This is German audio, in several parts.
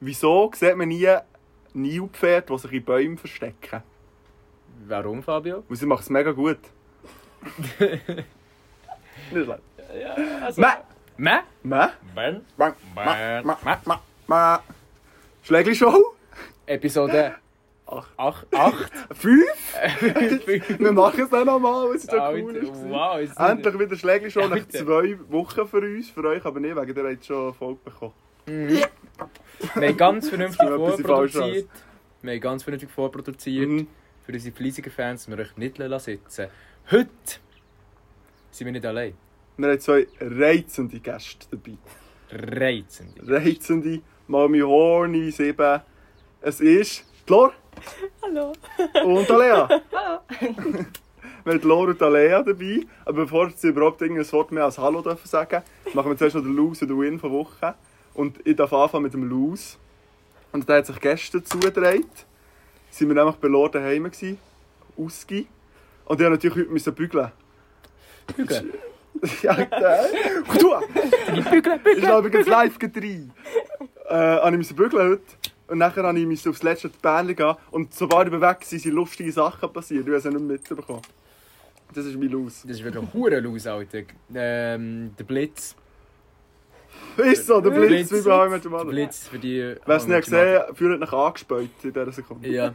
Wieso sieht man nie Nilpferde, die sich in Bäumen verstecken? Warum, Fabio? Weil sie machen es mega gut. Nicht schlecht. Ja, also... Mä! Mä? Mä! Ben? Mä! Mä! Mä! Mä! Mä! Mä! Schlägli-Show? Episode Acht. 8. 8. Fünf? Wir machen es dann nochmal, es ist so cool. gewesen. Ah, wow, ist Endlich wieder Schlägli schon nach Alter. zwei Wochen für uns, für euch aber nicht, wegen der habt schon Erfolg bekommen. Mhm. Wir haben ganz vernünftig Das ist etwas vorproduziert. Wir haben ganz vernünftig vorproduziert. Mhm. Für unsere fleissigen Fans, dass wir euch nicht lassen sitzen Heute sind wir nicht allein. Wir haben zwei reizende Gäste dabei. Reizend. Reizende Mami Horni 7. Es ist die Lor Hallo. und Alea. Hallo. Wir haben die Lor und die Alea dabei. Aber bevor sie überhaupt irgendein Wort mehr als Hallo dürfen sagen, machen wir zuerst noch den Lose und den Win von Woche. Und ich darf anfangen mit dem Lose. Und der hat sich gestern zugetragen. Sind wir nämlich bei Lor daheim gewesen. Ausgi. Und ich musste natürlich heute müssen bügeln. Bügeln. Ja, der. Kutua! Bügeln, Ich habe übrigens live gedreht. Äh, habe ich musste bügeln heute. Und nachher habe ich musste aufs letzte Bähnchen gehen. Und sobald ich weg sind, sind lustige Sachen passiert. Du hast es nicht mitbekommen. Das ist mein Los. Das ist wieder ein Huren los, Alter. Ähm, der Blitz. Ist so, der Blitz, wie bei Heimat Der Blitz für die. Wer es nicht gesehen hat, fühlt nach angespäut in dieser Sekunde. Ja,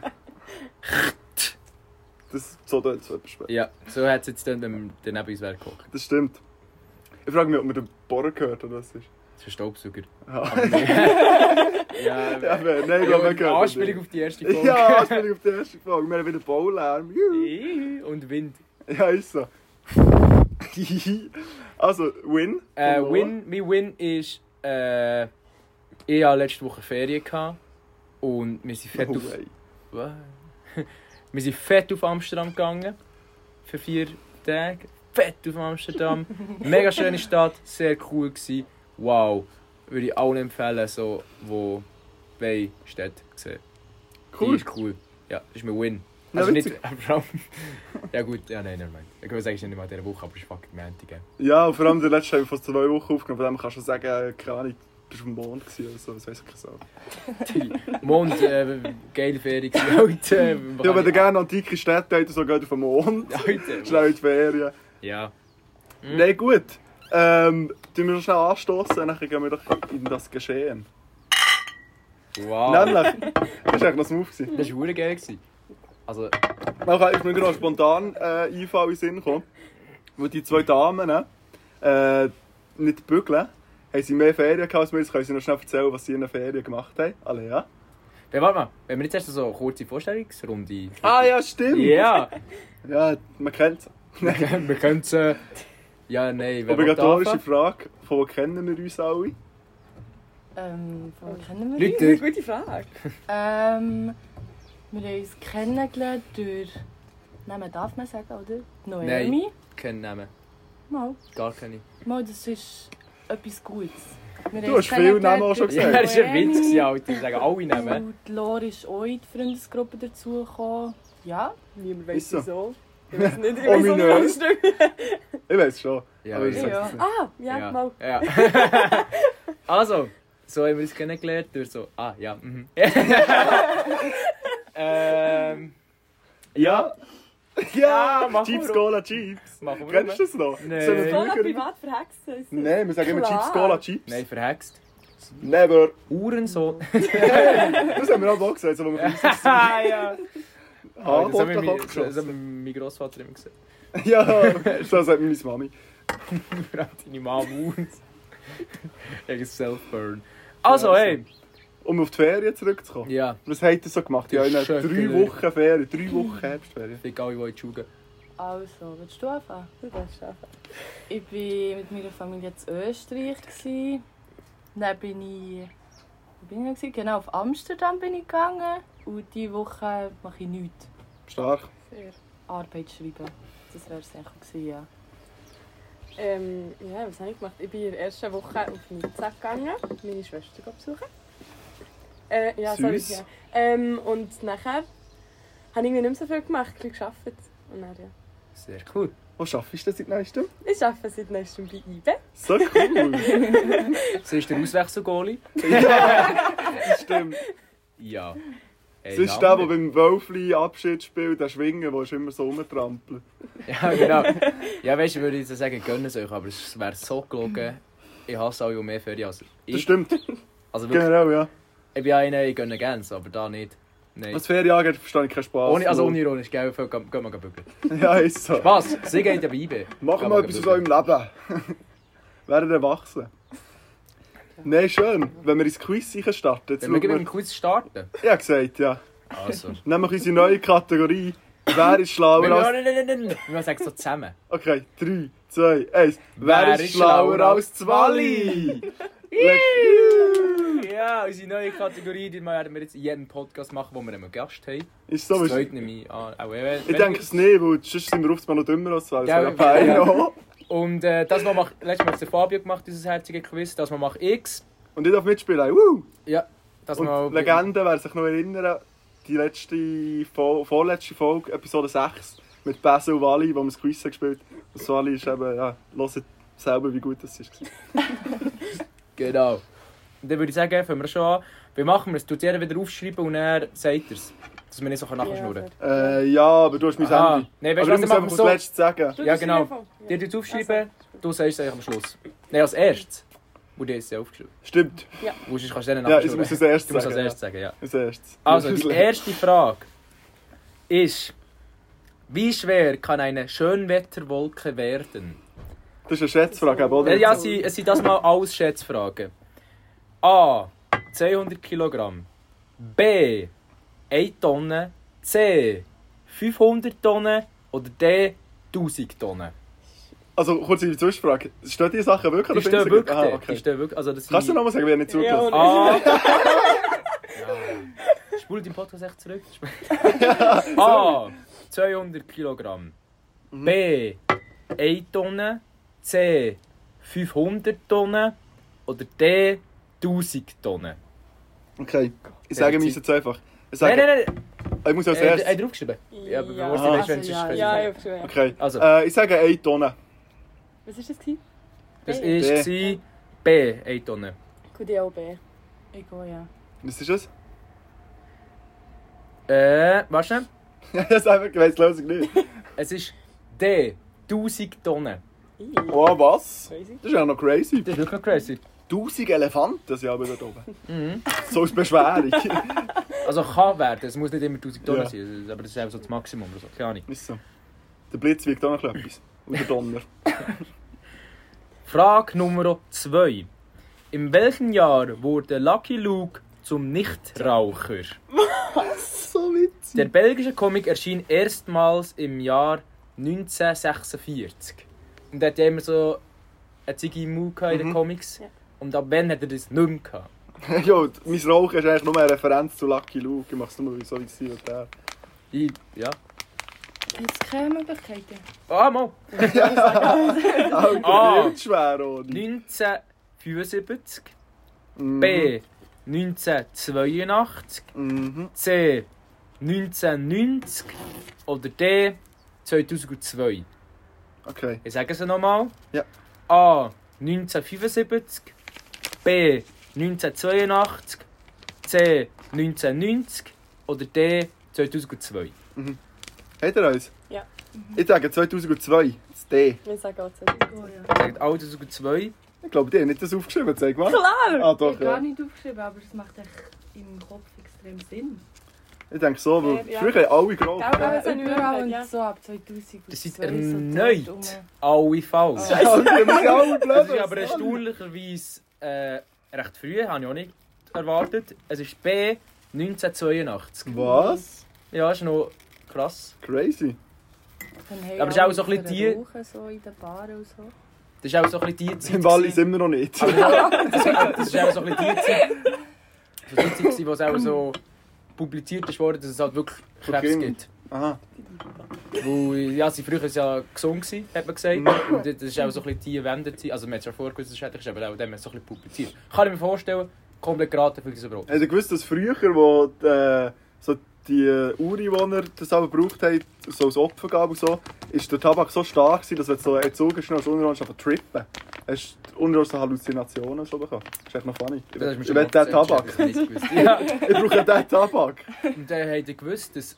Das, so tut es etwas spät. ja. So hat es jetzt dann, wenn der neben uns wäre gekocht. Das stimmt. Ich frage mich, ob man den Bohren gehört oder was ist. Das ist ein Staubsauger. Ja, Ja, ja, ja, nein, ich glaube, man ja, hört ihn. Also, Anspielung auf die erste Folge. Ja, Anspielung auf die erste Frage. Wir haben wieder Baulärm. Juhu. Und Wind. Ja, ist so. also, Win. Äh, von Noah. Win, mein Win ist, äh, ich hatte letzte Woche Ferien gehabt und wir sind fett Oh, auf, ey. wir sind fett auf Amsterdam gegangen für vier Tage. Fett auf Amsterdam, mega schöne Stadt, sehr cool gsi. Wow, würde ich allen empfehlen, so wo bei Stadt sehen. Die Cool. ist cool. Ja, das ist mein Win. Ja, Also nicht, witzig. vor allem- ja gut, ja nein, nein, nein. Ich kann sagen, es ist nicht mal in dieser Woche, aber es ist fucking Montag. gell. Ja, und vor allem der letzte haben wir fast zwei Wochen aufgenommen. Von dem kannst du schon sagen, äh, keine Ahnung, du warst auf dem Mond gewesen oder so. Das weiß ich nicht so. Mond, äh, geile Ferien gewesen, Alter. Ja, wenn ihr gerne antike Städte habt, so geht auf den Mond. Alter. Schnell in die Ferien. Ja. Mhm. Nein, gut. Ähm, tun wir noch schnell anstoßen, dann gehen wir doch in das Geschehen. Wow. Nämlich, das war eigentlich noch smooth. gewesen. Das war hure geil. Gewesen. Also, Dann kann ich mir gerade spontan äh, Einfall in den Sinn kommen. Wo die zwei Damen äh, nicht bügeln, haben sie mehr Ferien gehabt als wir. Jetzt können sie noch schnell erzählen, was sie in den Ferien gemacht haben. Alle, ja? dann warte mal. Wenn wir jetzt erst so eine kurze Vorstellungsrunde... Ah ja, stimmt! Ja. Ja, man kennt es. wir können es... Äh, ja, nein. wer Obligatorische will Frage, von wo kennen wir uns alle? Ähm, von wo kennen wir Leute. uns? Gute Frage. Ähm, wir haben uns kennengelernt durch... Namen darf man sagen, oder? Noemi. anfangen? Keinen Namen. Mal. Gar keine. Mal, das ist etwas Gutes. Wir haben Du uns hast viele Namen auch kennengelernt schon durch Ja, das war ein Noemi. Witz, gewesen, Alter. Ich sage alle Namen. Und die Lore ist auch in die Freundesgruppe dazugekommen. Ja. Niemand weiß Ist so. wieso. Ich weiß nicht, ich Oh, weiß mein auch nicht, was stimmt. Ich weiß schon. Ja, aber ich ja. sag's Ja. nicht. Ah, ja, mal. Ja. also, so haben wir uns kennengelernt durch so. Ah, ja. Mhm. ähm. Ja! Ja! Ja, mach Chips mal. Cola Chips! Machen wir Kennst du das noch? Nee. Sollen wir Cola Cola früher- privat verhexen. Nein, wir sagen immer Klar. Chips Cola Chips. Nein, verhext. Never! Uhrensohn. Das haben wir auch mal gesagt, so wo wir uns ah, ja. Oh, Ah, das haben wir Bock mein, abgeschossen. das hat mein Grossvater immer gesagt. Ja, so sagt meine Mami. Vor allem Deine Mom Uhren. Gegen Self-Burn. Also, Ja, hey. Um auf die Ferien zurückzukommen. Ja. Was habt ihr so gemacht? Ja, in Das ist drei schön, oder? Wochen Ferien, drei Wochen Herbstferien. Ich alle, die schauen. Also, willst du anfangen? Du darfst schaffen. Ich war mit meiner Familie zu Österreich. gsi. Dann bin ich. Wo bin ich? gsi? Genau, auf Amsterdam bin ich gegangen. Und diese Woche mache ich nichts. Stark. Sehr. Arbeit schreiben. Das wäre es eigentlich gewesen, ja. Ähm, ja, was habe ich gemacht? Ich bin in der ersten Woche auf Nizza gegangen, meine Schwester besuchen. Äh, ja, sorry. Süß. Ja. Ähm, und nachher habe ich irgendwie nicht mehr so viel gemacht, ein bisschen gearbeitet. Und dann, ja. Sehr cool. Wo schaffst du das seit neuestem? Ich arbeite seit nächstem bei IBE. So cool! Sie ist der Auswechselgoalie. das stimmt. Ja. nou. Es ist der, der beim Wölfli Abschied spielt, der Schwingen, der ist immer so rumtrampelt. Ja, genau. Ja, weißt du, würde ich jetzt sagen, gönn es euch, aber es wäre so gelogen. Ich hasse alle, die mehr Ferien als Das ich. stimmt, Also wirklich, generell, ja. ich bin einer, ich gönne gerne, aber da nicht. Nein. Was Ferien angeht, verstehe ich keinen Spaß. Ohne, also unironisch, gell? Gehen wir mal bügeln. Ja, ist so. Was? Sie geht ja bei IB. Machen wir etwas aus eurem Leben. Werden erwachsen. Nein, schön. Wenn wir ins Quiz starten, jetzt Wenn wir schauen gleich mit wir... dem Quiz starten. Ja, gesagt, ja. Also. Nehmen wir unsere neue Kategorie. Wer ist Nein, schlauer als... nein, nein, nein, nein. Wir sagen es so zusammen. Okay, 3, 2, 1. Wer ist schlauer als Zwali? Leck- Ja, unsere neue Kategorie, die werden wir jetzt in jedem Podcast machen, wo wir einen Gast haben. Ist so, Das ist... freut mich an. auch äh, wenn- Ich denke es nicht, weil sonst sind wir oft mal noch dümmer als Zwali. Ja, Ja, wir- ja. Und äh, das Mal macht, letztes Mal hat es der Fabio gemacht, dieses herzige Quiz. Das Mal macht X. Und ich darf mitspielen. Woo! Ja, das Mal. Und Legende, wer sich noch erinnert, die letzte, Fol vorletzte Folge, Episode 6, mit Basil Wally, wo wir das Quiz haben gespielt haben. Und Wally ist eben, ja, hört selber, wie gut das ist. Genau. Und dann würde ich sagen, fangen wir schon an. Wie machen wir es? Tut jeder wieder aufschreiben und er sagt er es. Dass wir nicht so nachher schnurren also, Äh, können. ja, aber du hast mein Aha. Handy. Nein, weißt aber du, du musst was wir machen einfach das so? Letzte sagen. Ja, genau. Dir tut aufschreiben, du sagst es eigentlich am Schluss. Nein, als erstes. Und dir ist es ja aufgeschrieben. Stimmt. Und sonst kannst du dann Ja, nachher ich muss schnurren. als erstes Du musst als sagen. erstes sagen, ja. Als erstes. Also, Du musst die es lernen. erste Frage ist: Wie schwer kann eine Schönwetterwolke werden? Das ist eine Schätzfrage, eben, Ja, oder? ja sie, es sind das mal alles Schätzfragen. A. 200 Kilogramm. B. 1 Tonne. C. 500 Tonnen. Oder D. 1000 Tonnen. Also, kurz eine Zwischenfrage. Stehen die Sachen wirklich? oder Die stehen findest du- wirklich. Aha, dort. Die Ah, okay. stehen wirklich. Also das Kannst du sind- nochmal sagen, wir haben nicht Ja, zugelassen. und- A. ja. Spul deinen Podcast echt zurück. A. 200 Kilogramm. Mhm. B. 1 Tonne. C. 500 Tonnen. Oder D. 1000 Tonnen. okay, ich sage mir Zeit. jetzt einfach. Ich, sage, Nein, nein, nein. ich muss als Äh, Hat erstes. er aufgeschrieben? Ja, Ja, aber wir wussten Aha. nicht, wenn es Also, ja, ist. Ja, ich hab's schon. Ja. Okay. Also. Äh, ich sage 1 Tonne. Was war das? gewesen? Das B. war B. 1 Tonne. QDOB. Ich gehe, ja. Was ist es? Äh, warte schnell. Ja, das ist einfach, ich weiss die Lösung nicht. Es ist D. 1000 Tonnen. Ih, Oh, was? Crazy. Das ist ja noch crazy. Das ist wirklich noch crazy. 1000 Elefanten sind aber dort oben. Mhm. So ist die Beschwerung. Also kann werden, es muss nicht immer 1000 Tonnen Ja. sein, aber das ist einfach so das Maximum oder so, keine Ahnung. ist so. Der Blitz wirkt auch noch etwas. Und der Donner. Frage Nummer 2. In welchem Jahr wurde Lucky Luke zum Nichtraucher? so witzig. Der belgische Comic erschien erstmals im Jahr 1946. Und er hat ja immer so eine Ziggy Mu gehabt in den Mhm. Comics. Ja. Und ab wann hat er das nicht mehr gehabt? jo, mein Rauchen ist eigentlich nur eine Referenz zu Lucky Luke. Ich mach's nur so wie sie und der. Ich, ja. Jetzt keine Möglichkeiten. Ah, mal. Alter, Ah. wild schwer, Odi. 1975. Mhm. B. 1982. Mhm. C. 1990 oder D. 2002. Okay. Ich sage es nochmal. Ja. A. 1975. B. 1982. C. 1990 oder D. 2002. Hat er uns? Ja. Ich sage 2002. Das D. Wir sagen auch Ich zu. gehe, ja. Sagt alle 2002. Ich glaube, die haben nicht das aufgeschrieben. Zeig mal. Klar! Ah, Ich doch, habe gar ja. nicht aufgeschrieben, aber es macht echt im Kopf extrem Sinn. Ich denke so, weil Ja. früher haben alle geraucht. Gell, Ja, gell, so eine überall Möglichkeit, ja. und so ab 2000. Das sind erneut alle falsch. Ja, und wir sind alle blöd. Das ist aber Mann. erstaunlicherweise äh, recht früh, habe ich auch nicht erwartet. Es ist B. 1982. Was? Ja, ist noch krass. Crazy. Aber es ist auch so ein bisschen die- Rauchen, so in den Baren und so. Das ist auch so ein bisschen die Zeit. Im Wallis gewesen- immer noch nicht. Das ist auch so ein bisschen die Zeit. So die Zeit, gewesen, wo es auch so publiziert ist worden, dass es halt wirklich Krebs Kinder. gibt. Aha. Weil, ja, sie früher waren sie ja gesund, gewesen, hat man gesagt. Und das ist auch so ein bisschen die Wendezeit. Also man hat es ja vorher gewusst, dass es schädlich ist, aber auch dem hat es so ein bisschen publiziert. Kann ich mir vorstellen, komplett geraten für dieses Brot. Habt ihr gewusst, dass früher, wo die, äh, so die äh, Ureinwohner das aber gebraucht haben, so als Opfer gab und so, ist der Tabak so stark gewesen, dass wenn du so einen Zug hast, schnell als Unruhe anfängst, trippen. hast du unbewusste Halluzinationen schon bekommen. Das ist echt noch funny. Ich Das hast du will mir ich schon will mal den gesagt, Tabak. ich hätte es nicht gewusst. Ja, Ich brauche den Tabak. und dann habt ihr gewusst, dass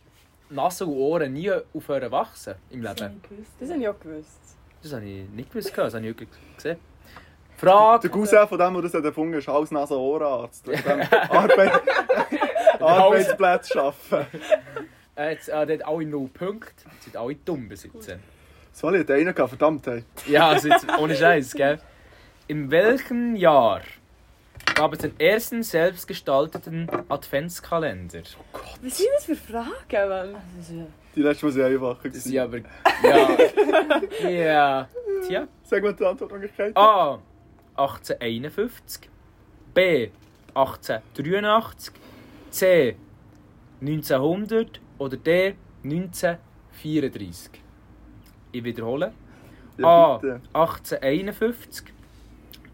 Nase und Ohren nie aufhören wachsen im Leben. Das habe ich auch gewusst. Das habe ich nicht gewusst, das habe ich wirklich gesehen. Frage, Der Cousin von dem, der das hat erfunden hat, ist Hals, Nase, Ohrenarzt. Der kann Arbeit, Arbeitsplätze schaffen. äh, jetzt, äh, der hat alle 0 Punkte, jetzt sind alle dumm besitzen. Soll ich den einen geben? Verdammt, hey. Ja, also jetzt, ohne Scheiß, gell? In welchem Jahr gab es den ersten selbstgestalteten Adventskalender? Was sind das für Fragen, Mann? Die letzte Mal war ich einfach. Das ist aber. Ja. Ja. Tja. Sag mal die Antwortmöglichkeit. A. 1851. B. 1883. C. 1900. Oder D. 1934. Ich wiederhole. A. ah. Ja, bitte. 1851.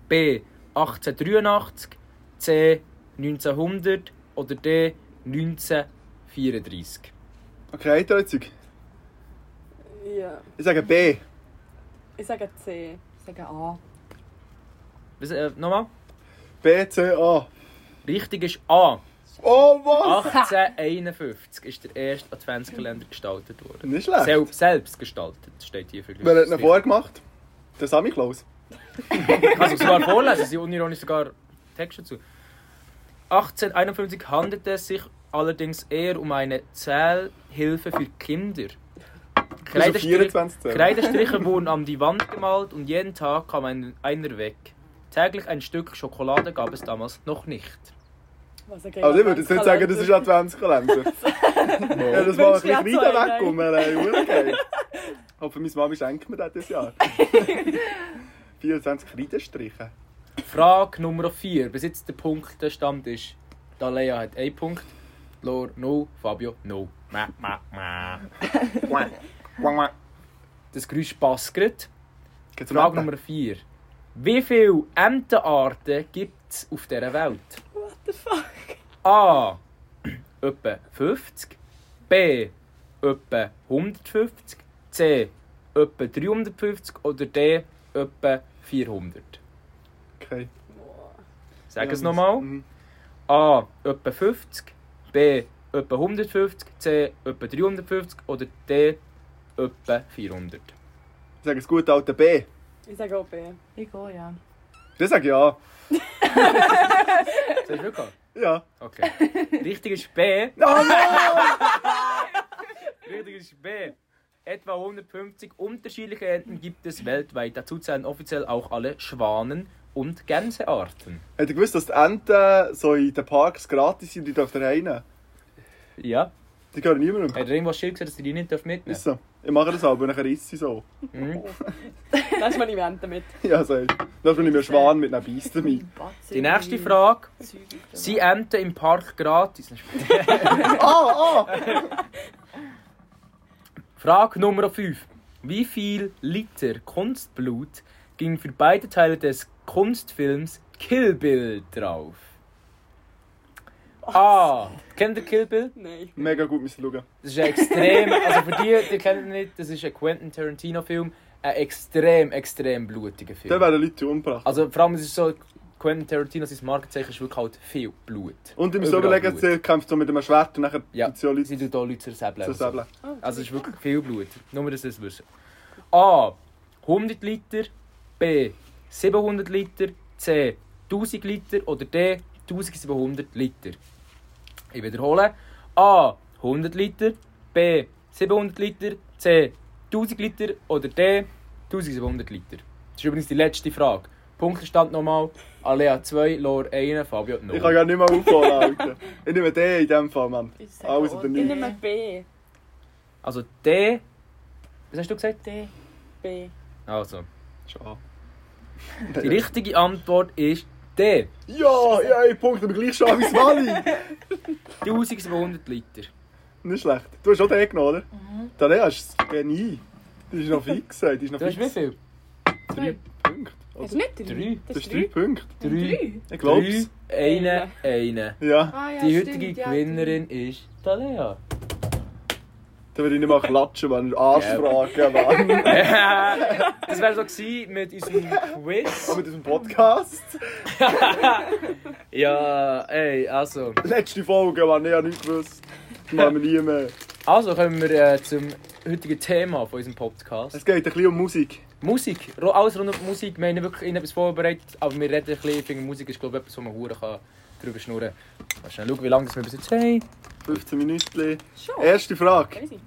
B. 1883. C. 1900. Oder D. 1934. Okay, Eindeutig. Ja. Ich sage B. Ich sage C. Ich sage A. Was, äh, nochmal? B, C, A. Richtig ist A. Oh, Ah. was? 1851 ist der erste Adventskalender gestaltet worden. Nicht schlecht. Selbst, selbst gestaltet, steht hier für Wer hat ihn vorher gemacht? Der Sammy Klaus. Kannst du sogar vorlesen, sie unironisch sogar Text dazu. 1851 handelte es sich allerdings eher um eine Zählhilfe für Kinder. Also Kreidestrich, 24 Zähne. Kreidestriche wurden an die Wand gemalt und jeden Tag kam ein, einer weg. Täglich ein Stück Schokolade gab es damals noch nicht. Was ein geiler Also ich würde jetzt nicht sagen, das ist ein Adventskalender. Adventskalender. ja, das Wünsch war ein dir bisschen auch so einen, weiter weggekommen. ey. Urgeil. Hoffe, meine Mami schenkt mir das dieses Jahr. 24 Kreidestriche. Frage Nummer 4. Bis jetzt der Punkt der Stand ist. Dalea hat 1 Punkt, Lor 0, Fabio 0. Mäh, mäh, mäh. Das Geräusch passt gerade. Geht's Frage weiter? Nummer 4. Wie viele Entenarten gibt es auf dieser Welt? What the fuck? A. Etwa 50. B. Etwa 150. C. Etwa 350. Oder D. Etwa 400. Okay. Sag es Ja, nochmal. mhm. A. etwa 50, B. etwa 150, C. etwa 350 oder D. etwa 400. Ich sage das gute alte B. Ich sage auch B. Ich gehe, ja. Das sage ich ja. Hast du wirklich? Ja. Okay. Richtig ist B. Oh nein! Richtig ist B. Etwa 150 unterschiedliche Enten gibt es weltweit. Dazu zählen offiziell auch alle Schwanen und Gänsearten. Hätte ich gewusst, dass die Enten so in den Parks gratis sind, die dürfen rein. Ja. Die gehören niemandem. Hat er irgendwas schild gesagt, dass die die nicht mitnehmen Ist dürfen? so. Ich mache das aber, nachher isst sie so. Mhm. Lass mal die Wände mit. Ja, so. Darf man nicht mehr Schwan mit einem Biest dabei. Die nächste Frage. Sie Sind Enten im Park gratis? Ah, ah! Frage Nummer 5. Wie viel Liter Kunstblut ging für beide Teile des Kunstfilms Kill Bill drauf? A. Kennt ihr Kill Bill? Nein. Mega gut müssen schauen. Das ist ein extrem, also für die, die kennen ihn nicht, das ist ein Quentin Tarantino Film, ein extrem, extrem blutiger Dann Film. werden Leute umgebracht. Also vor allem es ist so, Quentin Tarantino, sein Markenzeichen ist wirklich halt viel Blut. Und im so Überall überlegen, Blut. sie kämpft so mit einem Schwert und nachher Ja. ja. so Leute Sie tun hier Leute zersäbeln. zu säbeln. Also es ist wirklich viel Blut. Nur, dass ihr es wisst. A. 100 Liter. B. 700 Liter. C. 1000 Liter. Oder D. 1700 Liter. Ich wiederhole. A. 100 Liter. B. 700 Liter. C. 1000 Liter. Oder D. 1700 Liter. Das ist übrigens die letzte Frage. Punktestand nochmal. Alea 2, Lor 1, Fabio 0. Ich kann gar nicht mehr aufhören, Alter. Ich nehme den in dem Fall, Mann. Ich sage Alles auch oder Ich nichts. nehme B. Also D. Was hast du gesagt? D. B. Also. Schade. Die richtige Antwort ist D. Ja, ja, ich punkte aber gleich schon wie das Mali. 1200 Liter. Nicht schlecht. Du hast auch den genommen, oder? Mhm. Der ist das Genie. Die ist noch fix, ey. Die ist noch Du hast fix. wie viel? Drei Punkte. Hast Oder? du nicht drei? Drei. Das Das ist ist drei drei. Punkte. Drei. Ich glaub's. Drei, Eine, eine. Ja. Ah, ja, Die stimmt, heutige ja, Gewinnerin ist Talea. Dann würde ich nicht mal klatschen, Mann. Arschfragen, Mann. das wäre so gewesen mit unserem Auch Quiz. mit diesem Podcast. Ja, ey, also. Letzte Folge, Mann. Ich habe nichts gewusst. Das machen wir nie mehr. Also kommen wir äh, zum heutigen Thema von unserem Podcast. Es geht ein bisschen um Musik. Musik. Ro- Alles rund um Musik. Wir haben nicht wirklich etwas vorbereitet, aber wir reden ein bisschen. Ich finde, Musik ist glaube ich etwas, wo man hure kann drüber schnurren kann. Mal schnell schauen, wie lange das wir bis jetzt haben. 15 Minuten. Schon. Erste Frage. Crazy.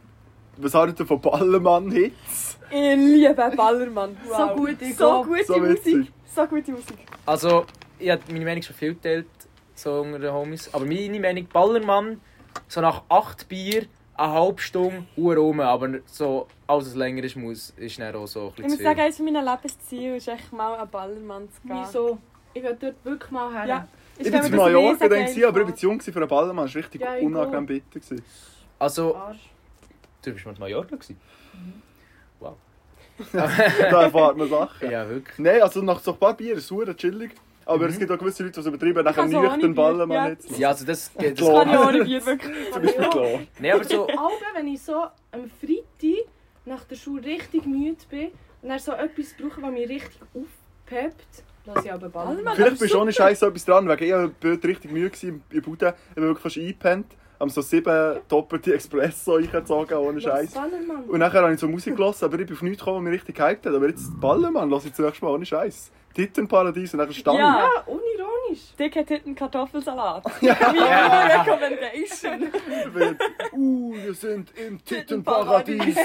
Was haltet ihr von Ballermann-Hits? Ich liebe Ballermann. Wow. So gut, ich so glaub. gute So witzig. Musik. So gute Musik. Also, ich habe meine Meinung schon viel geteilt, so unter den Homies. Aber meine Meinung, Ballermann, so nach acht Bier, eine halbe Stunde, Uhr rum. Aber so, alles was länger ist, muss, ist dann auch so ein Ich bisschen muss zu viel. sagen, eines meiner Lebensziele ist echt mal an Ballermann zu gehen. Wieso? Ich will dort wirklich mal her. Ja. Ich war zu Mallorca, denke ich, aber ich war zu jung für einen Ballermann. Das war richtig Ja, ich unangenehm bitter. gewesen. Also, Arsch. du bist mal in Mallorca gewesen. Da erfahrt man Sachen. Ja, wirklich. Nein, also nach so ein paar Bier ist es chillig. Aber Mhm. es gibt auch gewisse Leute, die es übertreiben, nachher kann so ohne nüchtern Bier, Ballermann ja. Hits. Ja, also das geht. Klar. Das, Kann ich ohne Bier wirklich. Zum Beispiel so. nee, aber so. Aber wenn ich so am Freitag nach der Schule richtig müde bin und dann so etwas brauche, was mich richtig aufpeppt, lasse ich aber Ballermann. Ballermann? Vielleicht bist du ohne Scheiß etwas dran, wegen ich war heute richtig müde gewesen im- im Bude. Ich bin wirklich fast eingepennt. Am so sieben doppelte Espresso eingezogen, ohne Scheiß. Ballermann. Und nachher habe ich so Musik gelassen, aber ich bin auf nichts gekommen, was mich richtig gehypt hat. Aber jetzt Ballermann lasse ich zuerst mal ohne Scheiß. Tittenparadies und nachher Stange. Ja. Ja, unironisch. Dicke Titten Kartoffelsalat. Ja. Recommendation. wird. Uh, wir sind im Tittenparadies.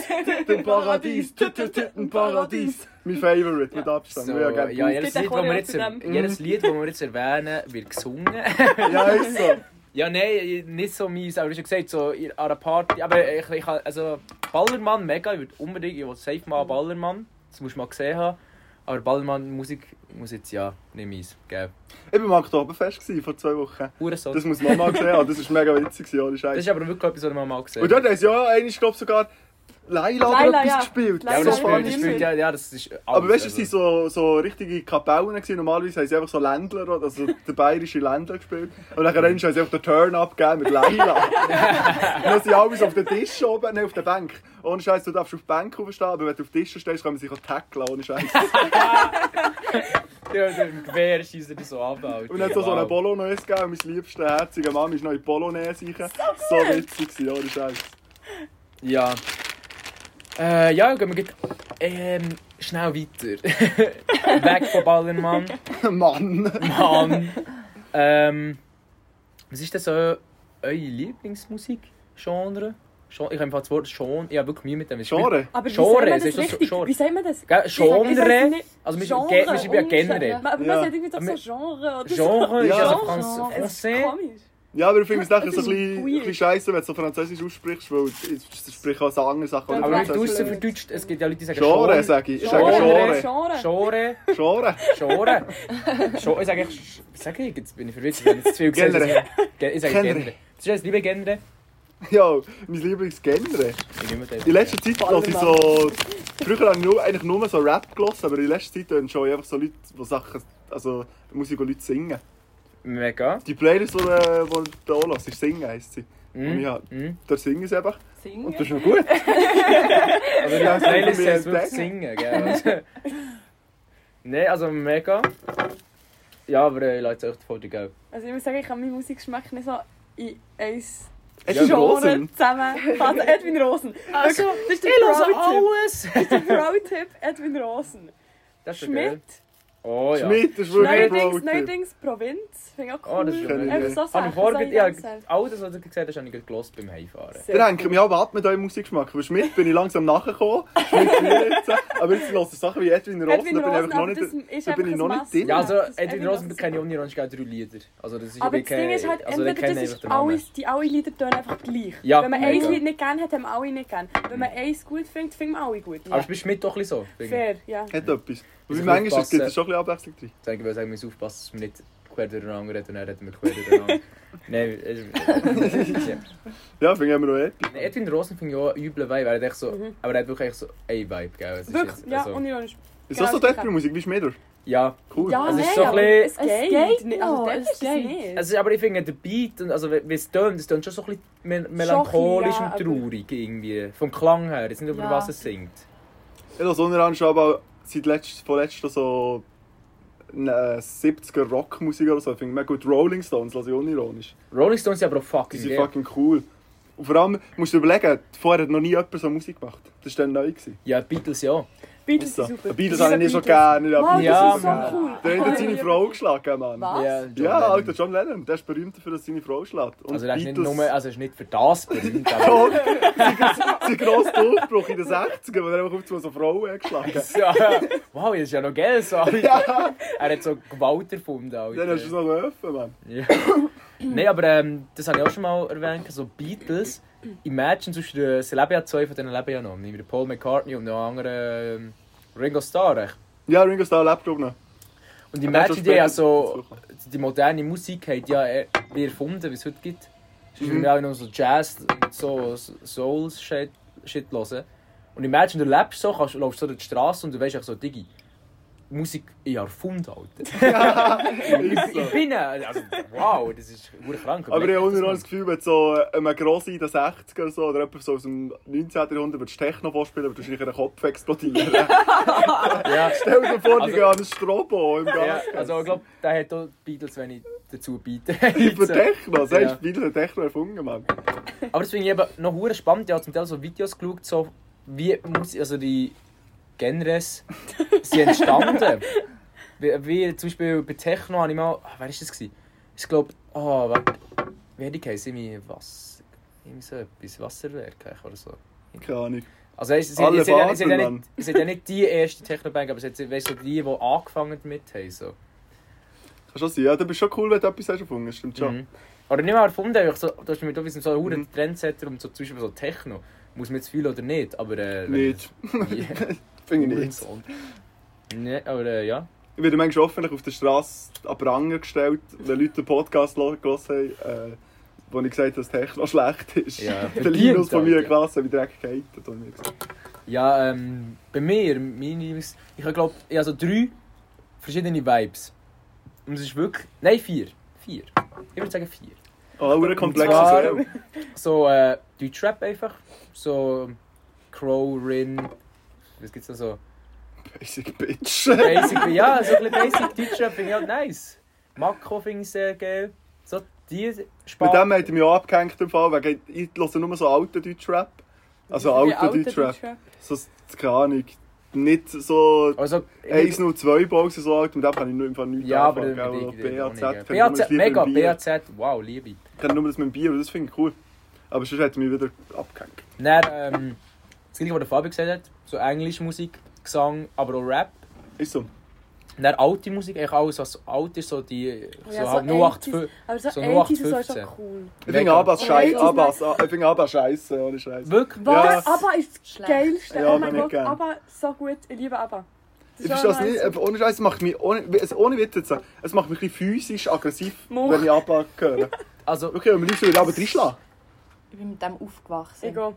Tittenparadies, Titten- Tittenparadies. Mein Favorite mit Abstand. So, ja, ja, gerne. ja, jedes gibt Lied, das wir eine Choreo jetzt, zu dem. jedes Lied, das wir jetzt erwähnen, wird gesungen. ist so. Ja, nein, nicht so meins, aber wie schon gesagt, so in- an einer Party. Aber ich, ich also Ballermann mega, ich würde unbedingt, ich will safe mal Ballermann, das musst du mal gesehen haben. Aber Ballermann Musik muss jetzt ja nicht meins, gell. Ich war im Oktoberfest gewesen, vor zwei Wochen. Hurensohn. Das Das, muss man mal gesehen haben. Das war mega witzig, gewesen, ohne Scheiß. ist aber wirklich etwas, was wir mal gesehen Und dort haben sie ja einmal, glaube ich, sogar Laila oder Laila, etwas ja. gespielt. Ja, Ja, aber das so spielt, das funny. spielt, ja, ja, das ist alles, Aber weißt du, es also. waren so, so richtige Kapellen. Gewesen. Normalerweise haben sie einfach so Ländler, also der bayerische Ländler gespielt. Und dann haben sie einfach den Turn-Up gegeben mit Leila. Und dann sind alle so auf den Tisch oben, nein, auf der Bank. Ohne Scheiß, du darfst auf die Bank aufstehen, aber wenn du auf den Tisch stehst, kann man sich auch tackeln, ohne Scheiß. Ja, mit dem Gewehr schießen die so ab, Alter. Und dann hat es so eine Wow. Bolognese gegeben. Mein liebster, herziger Mann ist noch in die Bolognese rein. So witzig, gewesen, ohne Scheiß. Ja. Äh, ja, gehen wir gleich, ähm, schnell weiter. Weg von Ballermann. Mann! Mann. ähm, was ist denn so eure Lieblingsmusik-Genre? Gen- Ich habe das Wort Genre, ich habe wirklich Mühe mit dem. Es Genre? Aber wie Genre, sagen wir es das ist doch so- richtig? Genre. Wie sagen wir das? spielt- Gell, Ich weiß Genre? nicht. Also, wir sind Genre, wir sind ja Unterschied. generell. Aber Ja. man sagt irgendwie doch so Aber- Genre oder so. Genre ist Ja. also Genre. Franz Es ist Français. komisch. Ja, aber ich finde es nachher Das so ein ist bisschen, ein weird. bisschen scheiße, wenn du so Französisch aussprichst, weil ich spreche auch so andere Sachen. Ja, als Aber wenn du Französisch. draussen verdeutscht, es gibt ja Leute, die sagen Genre, sage ich. Ich sage Genre. Genre. Genre. Genre. Genre. Genre. Genre. Ich sage echt, was sage ich? Jetzt bin ich verwirrt, wenn ich zu viel gesagt Genre. habe. Ge- Ich sage Genre. Genre. Das ist das liebe Genre. Ja, mein Lieblingsgenre. Ich nehme den. In letzter Zeit höre ich so... Früher habe ich nur, eigentlich nur so Rap gehört, aber in letzter Zeit hören schon einfach so Leute, die Sachen... Also Musik, die Leute singen. Mega. Die Playlist, die äh, die du da anlässt, ist Singen, heisst sie. Und Mhm. ja, Mhm. da singen sie einfach. Singen. Und das ist noch gut. Also die Ja, das Playlist können wir ist wirklich entdecken. singen, gell? Also, Nein, also mega. Ja, aber äh, ich lasse jetzt echt voll die Geld. Also ich muss sagen, ich kann meinen Musikgeschmack nicht so in eins Edwin Rosen. zusammenfassen. Edwin Rosen. Also, das ist der Ich lasse Pro-Tipp. alles! Das ist der Pro-Tipp, Edwin Rosen. Das ist geil. Schmidt. Oh ja. Schmidt ist wirklich Neuerdings, ein Pro-Tipp. neuerdings Provinz. Finde ich auch cool. Oh, das ist Kenn ich Einfach nicht. so Habe Sachen, ich vorhin, so ja, Sachen. all das, was du gesagt hast, habe ich gerade gehört beim Heimfahren. Dann hängt mich aber ab mit eurem Musikgeschmack. Weil Schmidt bin ich langsam nachgekommen. Schmidt bin ich jetzt. Aber jetzt höre ich Sachen wie Edwin Rosen. Edwin da bin ich Rosen, einfach noch aber nicht... das ist da einfach bin ich ein noch nicht Mass- drin. Ja, also, das ist Edwin Edwin Rosen Rosen. kenne ich unironisch auch drei Lieder. Also, das ist Aber eben das Ding ist halt, kein- also, ich entweder kenne das einfach ist den Namen. alles, die alle Lieder tun einfach gleich. Ja, Wenn man mega. ein Lied nicht gerne hat, haben wir alle nicht gerne. Wenn man eins gut findet, finden wir alle gut. Aber du bist Schmidt doch ein bisschen so. finde ich. Fair, ja. Hat etwas. Und Muss wie ich manchmal aufpassen. gibt es schon ein bisschen Abwechslung drin. Ich denke, wir sagen, wir müssen aufpassen, dass wir nicht quer durcheinander reden und dann reden wir quer durcheinander. Nein, es- Ja. Ja, finde ich immer noch episch. Nee, Edwin Rosen finde ich auch einen üblen Vibe. Er hat echt so, Mhm. Aber er hat wirklich echt so einen Vibe, gell? Es ist Wirklich, jetzt- ja, also, unironisch. Ist Genau, das so das Depri-Musik wie Schmieder? ja. Cool. Also, Ja, Es nein, ist so ein aber bisschen- es Es geht. geht nicht. Also, noch, dort es ist es geht. nicht. Also, aber ich finde, der Beat, und- also wie es tönt, es tönt schon so ein bisschen me- melancholisch ja, aber- und traurig irgendwie. Vom Klang her, jetzt nicht über Ja. was es singt. Ich habe Sonnenransch aber seit letzt, vorletzt so äh, 70er Rockmusik oder so. Ich finde mega gut. Rolling Stones lasse ich unironisch. Rolling Stones sind aber auch Die fucking sind geil. fucking cool. Und vor allem, musst du dir überlegen, vorher hat noch nie jemand so Musik gemacht. Das war dann neu. Gewesen. Ja, Beatles ja. Beatles So. sind super. Beatles Ich habe ich liebe nicht so Beatles. gerne. Ja, Mann, Beatles Ja, sind das so ist geil. so cool. Der hat seine Frau geschlagen, Mann. Was? Ja, John Ja, Lennon. Alter, John Lennon, der ist berühmt dafür, dass seine Frau schlägt. Und Also, er ist nicht Beatles- nur, also er ist nicht für das berühmt, aber. Doch, sein grosser Durchbruch in den 60ern, wo er einfach auf zwei so Frauen hat geschlagen Ja, wow, das ist ja noch geil, so. Er hat so Gewalt erfunden, Alter. Dann hast du es noch offen, Mann. Ja. Nein, aber ähm, das habe ich auch schon mal erwähnt, so Beatles. Imagine, sonst der- sie leben ja zwei von denen leben ja noch. Nämlich der Paul McCartney und noch andere ähm, Ringo Starr. echt. Ja, Ringo Starr lebt glaub ich, noch. Und Aber er hat imagine, schon die haben ja später so, dazu gekommen. die moderne Musik hat ja eh- wie erfunden, wie es heute gibt. Sonst Mhm. würden wir auch noch so Jazz, so Soul-Shit Shit hören. Und imagine, du lebst so, kannst, läufst so durch die Straße und du weißt echt so, Digi, Musik in erfunden, Alter. Ist so. Ich bin, äh, also, wow, das ist verdammt krank. Aber ich habe Überleg dir das unten mal. das Gefühl, wenn so ein Grossi in den 60 er so, oder jemand so aus dem 19. Jahrhundert würdest Techno vorspielen, würdest du wahrscheinlich einen Kopf explodieren. Ja. Stell dir vor, die Also- gehen an ein Strobo im Ja, Gas. also ich glaube, der hat auch die Beatles, wenn ich dazu biete. Für Techno, sagst Ja. du, Beatles hat Techno erfunden, Mann. Aber das finde ich eben noch hure spannend. Ich habe zum Teil so Videos geschaut, so wie muss also die Genres sind entstanden. wie, wie zum Beispiel bei Techno habe ich mal, ah, wer ist das gewesen? Ich glaube, ah, wer, wie hat die geheißen? Irgendwie was? Irgendwie so etwas, Wasserwerk eigentlich oder so. Keine Ahnung. Also weißt, sie, Alle sie, sie, sie, sie, Vater, ja Mann. nicht, sie hat ja nicht die erste Techno-Bank, aber sie hat weißt, so die, die angefangen damit haben. So. Kann schon sein. Ja, dann bist du schon cool, wenn du etwas hast erfunden hast, stimmt schon. Mhm. Oder nicht mal erfunden, weil ich so, du hast mit so einem so Mhm. mhm. Trendsetter und so, zum Beispiel so Techno. Muss man jetzt viel oder nicht, aber... Äh, wenn- Nicht. Yeah. Finde ich nicht. nee, aber äh, ja. Ich werde manchmal öffentlich auf der Straße an Pranger gestellt, wenn Leute den Podcast lo- gehört haben, äh, wo ich gesagt habe, dass Techno schlecht ist. Ja, der verdient, Linus von meiner Alter. Klasse hat mich direkt gehatet. und mir gesagt, Ja, ähm, bei mir, meine Lieblings... Ich glaube, ich habe so drei verschiedene Vibes. Und es ist wirklich... Nein, vier. Vier. Ich würde sagen vier. Oh, eine komplexe Und zwar- Serie. So, äh, die Trap einfach. So, Crow, Rin... Was gibt's da so? Basic Bitch. Basic, ja, so ein bisschen basic Deutschrap finde ich halt nice. Makro finde ich sehr geil. So, die Mit Sparte. dem hat er mich auch abgehängt im Fall, weil ich höre nur so alten Deutschrap. Also Wie alten Deutschrap. So, keine Ahnung. Nicht so Also, 102 Balls so alt, mit dem kann ich nur einfach nichts ja, aber gell, oder BAZ. BAZ. kenn ich nur, BAZ, das Lied mit mega, dem Bier. BAZ, wow, liebe ich. Ich kenne nur das mit dem Bier, aber das finde ich cool. Aber sonst hat es mich wieder abgehängt. Dann, ähm, das gleiche, was der Fabi gesagt hat, so englische Musik, Gesang, aber auch Rap. Ist so. Dann alte Musik, eigentlich alles, was alt ist, so die, so, Ja, so halt 085. Aber so, So 80s und so ist 0815. auch cool. Ich finde Mega. Abbas scheiße. Oh, Abbas, ah, ich finde Abbas scheiße, ohne Scheiße. Wirklich? Was? Ja. Aber ist das Schlecht. Geilste. Ja, oh mein bin ich Gott, gern. aber so gut. Ich liebe aber. Ich verstehe es nicht. Ohne Scheiße macht mich, ohne, es, ohne Witz jetzt, es macht mich ein bisschen physisch aggressiv, Mo. wenn ich Abbas höre. Also, Okay, wenn wir nicht so wieder Abbas reinschlagen. Ich bin mit dem aufgewachsen. Egal.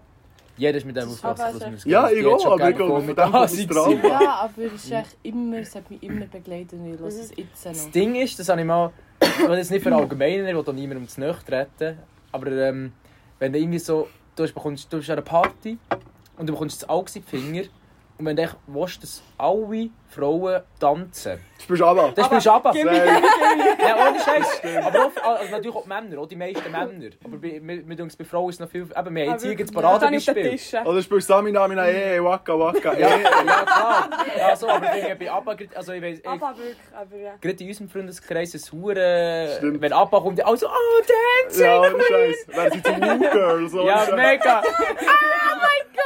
jeder ist mit dem Aber aufgewachsen. es- was man es Ja, kennt. ich Die hat auch, schon aber ich gerne glaube, mit von dem Asi kommt gewesen. das Ja, aber es, ist echt immer, es hat mich immer begleitet und ich höre es jetzt Genau. Das noch. Ding ist, das habe ich mal, ich will jetzt nicht verallgemeinern, ich will da niemandem zu nahe treten, aber ähm, wenn du irgendwie so, du, hast, bekommst, du bist an einer Party und du bekommst das Auge in die Finger und wenn du echt willst, dass alle Frauen tanzen, Du bist Abbas. dann spielst du ab. gib Nein, Nein. ohne Scheiß. Aber oft, also natürlich auch die Männer, auch die meisten Männer. Aber bei, mir, mir denkt, bei Frauen ist es noch viel, eben, wir haben jetzt hier das Dann auf den Paradebeispiel. Tisch. Ja, Oder du spielst Sami Namina, eh, waka waka, eh. Ja, klar. Ja, so, aber ich denke, bei Abba, also ich weiss, ich, aber wirklich. Aber ja. Gerade in unserem Freundeskreis ist es hure. Stimmt. Wenn Abba kommt, die alle so, oh, Dancing Ja, ohne Queen! Scheiße. Wären sie zum Woo-Girl, so. Ja, mega!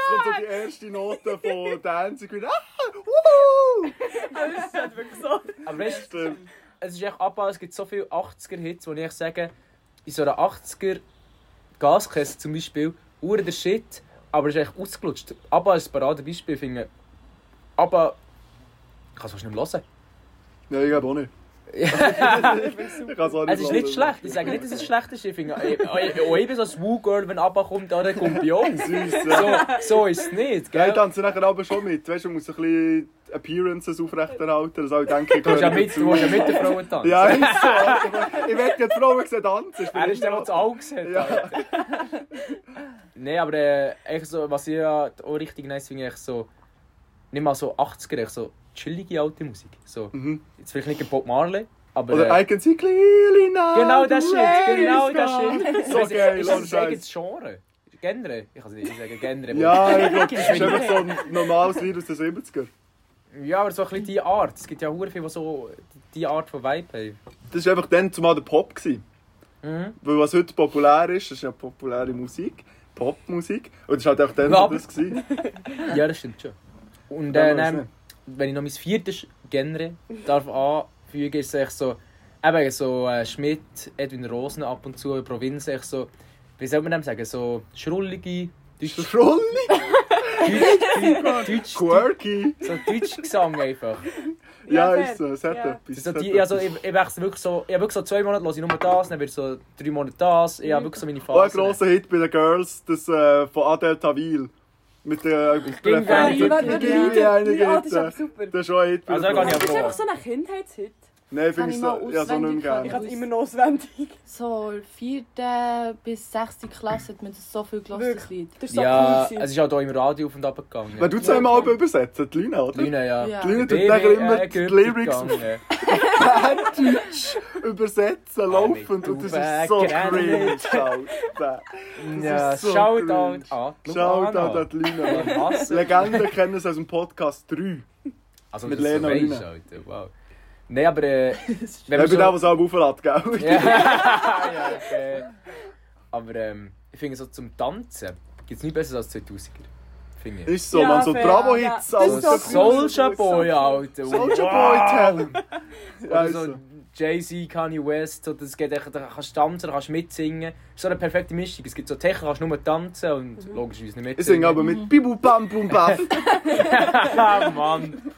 Kommt so die erste Note von Dancing Queen. Ah, wuhu! Aber das ist halt wirklich so. Aber weißt du, Stimmt. es ist echt Abba, es gibt so viele 80er-Hits, wo ich sage, in so einer 80er-Gaskesse zum Beispiel, hure der Shit, aber es ist echt ausgelutscht. Abba ist ein Paradebeispiel, ich finde Abba. Ich kann es fast nicht mehr hören. Nein, ich glaube auch nicht. Ich kann's auch Also, Es ist nicht hören. schlecht, ich sage nicht, dass es schlecht ist. Ich finde, oh, ich, oh, ich bin so ein Woo-Girl, wenn Abba kommt, dann kommt bei uns. Süß, ja. So, so ist es nicht, Ja, ich gell? tanze nachher aber schon mit. Weißt du, man muss ein bisschen Appearances aufrechterhalten, dass alle denken, ich Du hast ja gehöre mit, du hast ja mit den Frauen tanzen. Ja, ist so. Alter. Ich möchte jetzt Frauen sehen tanzen. ist für Er mich ist der, der das noch- Auge sieht. Ja. Nein, aber äh, echt so, was ich ja auch richtig nice finde, echt so, nicht mal so 80er, echt so chillige alte Musik. So, Mhm. jetzt vielleicht nicht Bob Marley, aber... äh, Oder I can see clearly now. genau das the Shit, way genau is das gone. Shit. So geil, Ist ohne das ein Scheiß. eigenes Genre? Genre? Ich kann es nicht ich sage Genre. aber- Ja, ich glaube, das ist einfach so ein normales Lied aus den 70er. ja, aber so ein bisschen die Art. Es gibt ja hure viele, die so die Art von Vibe haben. Das war einfach dann zumal der Pop. Gewesen. Mhm. Weil was heute populär ist, das ist ja populäre Musik, Popmusik. Und das war halt auch dann Pop. so das. Gewesen. Ja, das stimmt schon. Und Ja, äh, man weiß dann, nicht. wenn ich noch mein viertes Genre darf anfügen, ist es echt so, eben so äh, Schmidt, Edwin Rosen ab und zu, Provinz, echt so, wie soll man dem sagen, so schrullige, deutsch, deutsch, Schrulli, deutsch, deutsch, deutsch, quirky. so deutsch Gesang einfach. Ja, Ja, ist so, es hat ja. etwas. Das ist so es hat die, also, etwas. ich, ich wechsle wirklich so, ich habe wirklich so zwei Monate höre ich nur das, dann wird so drei Monate das, ich habe wirklich so meine Auch Oh, ein Phasen. grosser Hit bei den Girls, das äh, von Adele Tawil. Mit der äh, ging Ja, Ja, ich werde ja, wieder Ging wie eine reiten. Ja, Gitte. das ist eh, aber super. Das ist schon ein Hit. bei Also, den da kann Girls. ich Das ist ja einfach so ein Kindheitshit. Nein, ich Kann finde ich es mal so, ja, so nicht auswendig mehr Ich gerne. habe es immer noch auswendig. So, vierte bis sechste Klasse hat man das so viel gelassen, das Lied. Das ist so Ja, cool. es gewesen. ist halt auch im Radio auf und ab gegangen. Wenn du zusammen Alben übersetzt, die Lina, oder? Lina, ja. Ja. Die Lina tut Bin nachher ich, immer äh, die Gürtel Lyrics auf gegangen. Banddeutsch übersetzen, laufend. du Und das ist so cringe, weggerannt. Alter. Das Ja, ist so Shoutout cringe. an die Shoutout Luana. Ah, an die Lina. Ich hasse- Legenden kennen es aus dem Podcast 3. Also, Mit dass du Lena weisst, Lina. Alter, wow. Nein, aber... Äh, Wenn wenn wir ich bin schon- der, der es auch auflädt, gell? ja, ja, okay. Aber ähm, ich finde, so zum Tanzen gibt es nichts Besseres als 2000er. Finde ich. Also, Ist so, Ja, man, so fair, Bravo-Hits, ja. Das So ist so Soulja Boy, Alter. Soldier Boy, wow. Talent. Oder so Jay-Z, Kanye West, so, das geht echt, da kannst du tanzen, da kannst du mitsingen. Das ist so eine perfekte Mischung. Es gibt so Techno, kannst du nur tanzen und logischerweise nicht mitsingen. Mhm. Ich singe aber mit Bibu Bam Bum Baff. Ah, Mann.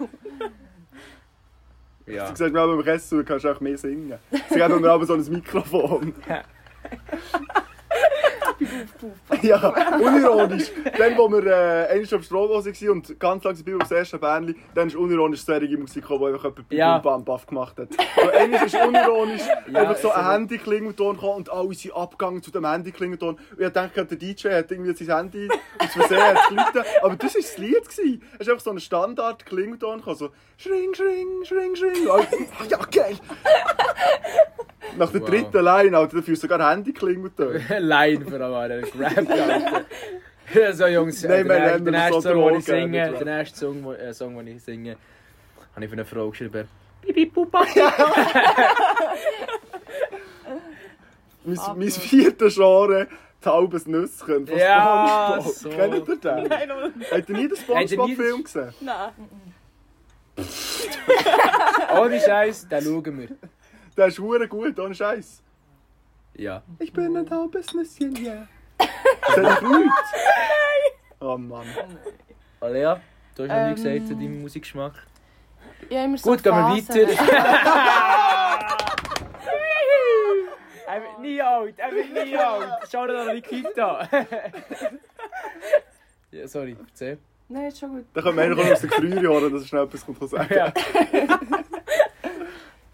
Ja. Sie sagt mir aber im Restaurant kannst du auch mehr singen. Sie geben mir aber so ein Mikrofon. ja, unironisch. Dann, wo wir äh, einst auf Strohhose waren und ganz langsam Bibu aufs erste Bändchen, dann ist unironisch solche Musik gekommen, die einfach jemand Bibu Ja. ja. Bam Baff gemacht hat. Also, einmal ist unironisch Ja, einfach so ist so. ein Handyklingelton gekommen und alle sind abgegangen zu dem Handyklingelton. Und ich dachte, der DJ hat irgendwie sein Handy aus Versehen hat's geläutet. Aber das war das Lied. gewesen. Es ist einfach so ein Standard-Klingelton gekommen, so Schring, Schring, Schring, Schring. Und alle, Ah, ja, geil. Nach der Wow. dritten Line, Alter, dafür sogar Handyklingelton. Line vor allem, Alter. Grab, Alter. so, Jungs, Nein, wir der, haben der so nächste Song, den ich Drogen, singe, nicht wahr? der nächste Song, wo- äh, Song, den ich singe, habe ich für eine Frau geschrieben. Mein, mein viertes Genre, taubes Nüsschen von Ja, SpongeBob. so. Kennt ihr den? Nein, aber- Habt ihr nie den Habt ihr nie den- SpongeBob-Film gesehen? Nein. Ohne Oh, Scheiß, den schauen wir. Der ist hure gut, ohne Scheiß. Ja. Ich bin ein taubes Nüsschen, ja. Yeah. Das hat doch nichts. Oh Mann. Alea, du hast noch nie Ähm. gesagt zu deinem Musikgeschmack. Ja, immer so Gut, gehen wir Phasen. weiter. Er wird nie alt, er wird nie alt. Schau dir an die Kita. ja, sorry, erzähl. Nein, ist schon gut. Da können wir eigentlich auch aus der Gefriere hören, dass ich schnell etwas kommt, was sagen Ja.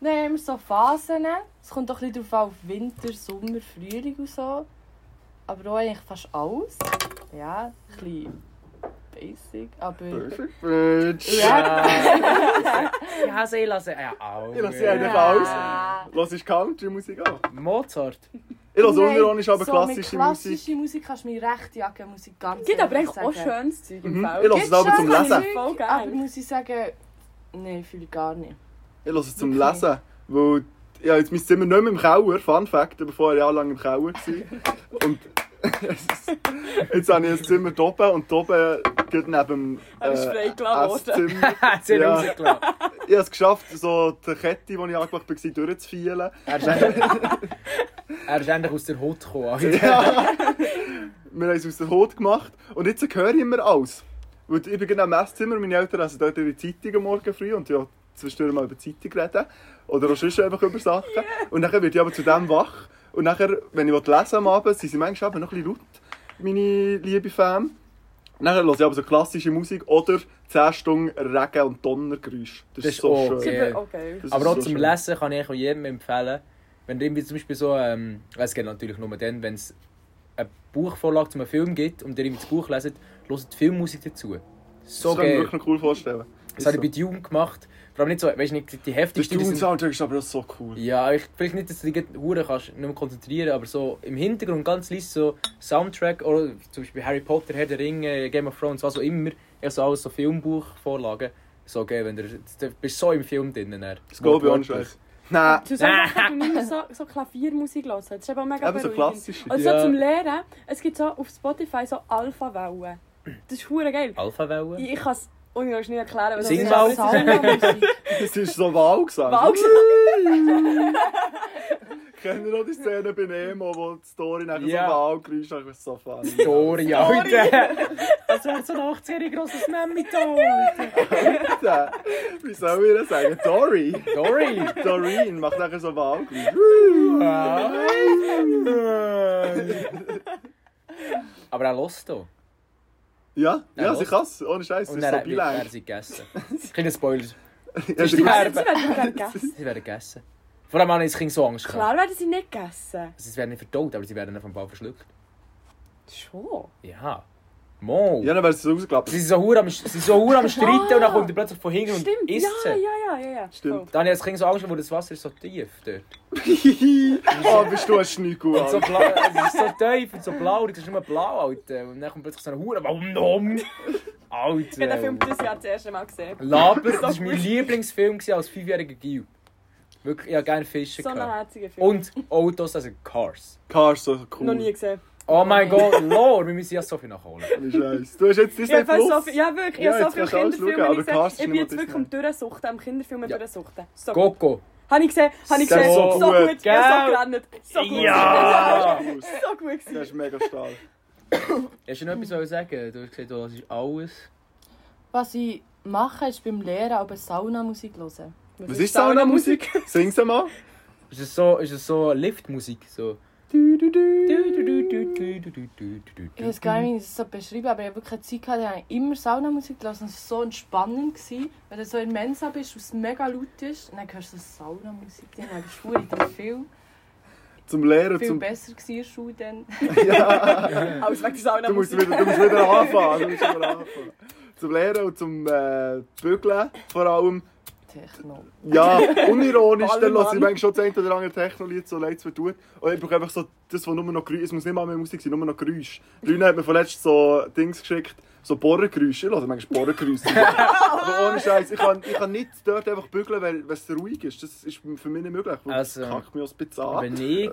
Nein, immer so Phasen. Es kommt doch ein bisschen darauf an, auf Winter, Sommer, Frühling und so. Aber auch eigentlich fast alles. Ja, ein bisschen basic, aber... Perfect Bitch. Ich hasse eh lassen. Ja, auch. Ich lasse eigentlich alles. Lass ich Country-Musik an. Mozart. Ich lasse Nein, unironisch, aber so klassische mit Musik. klassische Musik kannst du mir recht jagen, muss ich ganz Es gibt aber ehrlich eigentlich auch sagen. schönes Zeug im Mhm. Fall. Ich lasse es aber zum Schönes Lesen. Zeug, Voll Aber geil. muss ich sagen, nein, fühle ich gar nicht. Ich lasse es zum Wirklich? Lesen, weil ja, jetzt sind wir nicht mehr im Keller, Fun Fact, ich war vorher jahrelang im Keller. gewesen. Und jetzt habe ich ein Zimmer da oben und da oben geht neben dem Er ist freigelassen worden. Esszimmer. Sie Ja. ja. rausgelassen. Ich habe es geschafft, so die Kette, die ich angebracht war, durchzufielen. Er ist, endlich, er ist endlich aus der Hut gekommen. also. Alter. Wir haben es aus der Haut gemacht und jetzt höre ich immer alles. Weil ich bin genau im Esszimmer, meine Eltern lesen dort ihre Zeitung am Morgen früh und ja, zwischendurch mal über die Zeitung reden. Oder auch sonst einfach über Sachen. Und dann werde ich aber zu dem wach. Und nachher, wenn ich lesen will, am Abend, sind sie manchmal aber noch ein bisschen laut, meine liebe Fam. Nachher höre ich aber so klassische Musik oder das 10 Stunden Regen- und Donnergeräusch. Das, Das ist ist so auch schön. geil. Super, okay. Das Aber ist auch so zum schön. Lesen kann ich auch jedem empfehlen. Wenn du irgendwie zum Beispiel so, ähm, es geht natürlich nur dann, wenn es eine Buchvorlage zu einem Film gibt und ihr irgendwie das Buch leset, hört die Filmmusik dazu. So das kann ich mir geil. wirklich noch cool vorstellen. Das habe ich bei Dune gemacht. Vor allem nicht so, weißt du nicht, die Das heftigsten. die sind- Dune-Soundtrack ist aber so cool. Ja, ich, vielleicht nicht, dass du dich hure kannst, nicht mehr konzentrieren, aber so im Hintergrund ganz leise so Soundtrack oder zum Beispiel Harry Potter, Herr der Ringe, Game of Thrones, was auch immer. Also alles so Filmbuchvorlagen. So geil, wenn du, du bist so im Film drin. dann. Das glaube ich auch nicht. Nein, Du sollst auch nicht mehr so, so Klaviermusik hören. Das ist eben auch mega eben so beruhigend. klassisch. Also Ja. so zum Lernen, es gibt so auf Spotify so Alpha-Wellen. Das ist hure geil. Alpha-Wellen? Ich, ich kann es ungelogen nicht erklären. aber das Sing ist- mal. das ist einfach- Das ist so Wahlgesang. Wahlgesang. Kennt ihr noch die Szene bei Nemo, wo die Story nachher Ja. so Wahlgeräusch macht? Das ist so funny. Dori, Alter! Das wäre so ein 80-jähriger grosses Memmi da! Alter, Wie soll ich das sagen? Dory. Dori! Doreen macht nachher so Wahlgeräusch. Ah. Aber er lässt hier. Ja, Ja, ja, los. sie kann es. Ohne Scheiß. Das Und ist dann so hat wird- werden bilang. sie gegessen. Kleiner Spoiler, Ja, ist die gut. Jetzt werden wir gerne gegessen. sie werden gegessen. Vor allem, als ich Kind so Angst hatte. Klar werden sie nicht gegessen. Sie werden nicht verdaut, aber sie werden vom Ball verschluckt. Schon. Ja. Mo! Ja, dann wäre es rausgeklappt. Sie sind so hure am, sie sind so hure am Streiten und dann kommt er plötzlich von hinten und Ah. Stimmt. isst Ja, sie. ja, ja, ja, ja. Stimmt. Voll. Dann habe ich als Kind so Angst, gehabt, weil das Wasser ist so tief dort. oh, bist du ein Schnügel, Und so Alter. blau, es ist so tief und so blau, das ist nur blau, Alter. Und dann kommt plötzlich so eine Hure, warum nom? Ich habe den Film Alter. dieses Jahr das erste Mal gesehen. Laber, das war mein Lieblingsfilm gewesen als fünfjähriger Gil. Wirklich, ich habe gerne Fische So ein gehabt. herziger Film. Und Autos, also Cars. Cars, so cool. Noch nie gesehen. Oh mein Gott, Lord, wir müssen ja so viel nachholen. Ohne Scheiß. Du hast jetzt Ich Disney hab so Plus. viel, ja, wirklich, ich Ja, habe so jetzt kannst viele du alles Kinderfilme schauen, aber gesehen. Cast ist ich bin nicht jetzt mal wirklich am Durchsuchten, am Kinderfilmen Ja. durchsuchten. So gut. Coco. Habe ich gesehen, habe ich So gesehen. So, gut. gut, ich hab so Gell? gelernt. So gut. Ja! so gut Der gewesen. ist mega stark. Hast du noch etwas zu sagen? Du hast gesagt, du hörst alles. Was ich mache, ist beim Lehren aber Sauna-Musik hören. Was ist Sauna-Musik? Sing sie mal. Ist es so, ist es so Liftmusik? So. Du, du, du. Ich weiß gar nicht, wie ich das so beschreibe, aber ich habe wirklich eine Zeit gehabt, da habe ich immer Sauna-Musik gelesen. Es war so entspannend, gewesen, wenn du so in der Mensa bist und es mega laut ist. Und dann hörst du so Sauna-Musik. Dann habe ich schwur, ich war viel, Zum Lehren, viel zum... besser gewesen in der Schule. Dann. Alles wegen der Sauna. Du musst wieder, du musst wieder anfangen. Du musst wieder anfangen. Zum Lehren und zum äh, Bügeln vor allem. Techno. Ja, unironisch, dann Ballermann. lasse ich manchmal schon das eine oder andere Technolied, so leid es mir tut. Und ich brauche einfach so das, was nur noch Geräusch, es muss nicht mal mehr Musik sein, nur noch Geräusch. Leute hat mir vorletzt so Dings geschickt, so Bohrgeräusche, ich höre manchmal Bohrgeräusche. Aber ohne Scheiß, ich kann, ich kann nicht dort einfach bügeln, weil weil es ruhig ist. Das ist für mich nicht möglich, weil Also, das kackt mich auch ein bisschen an. Wenn ich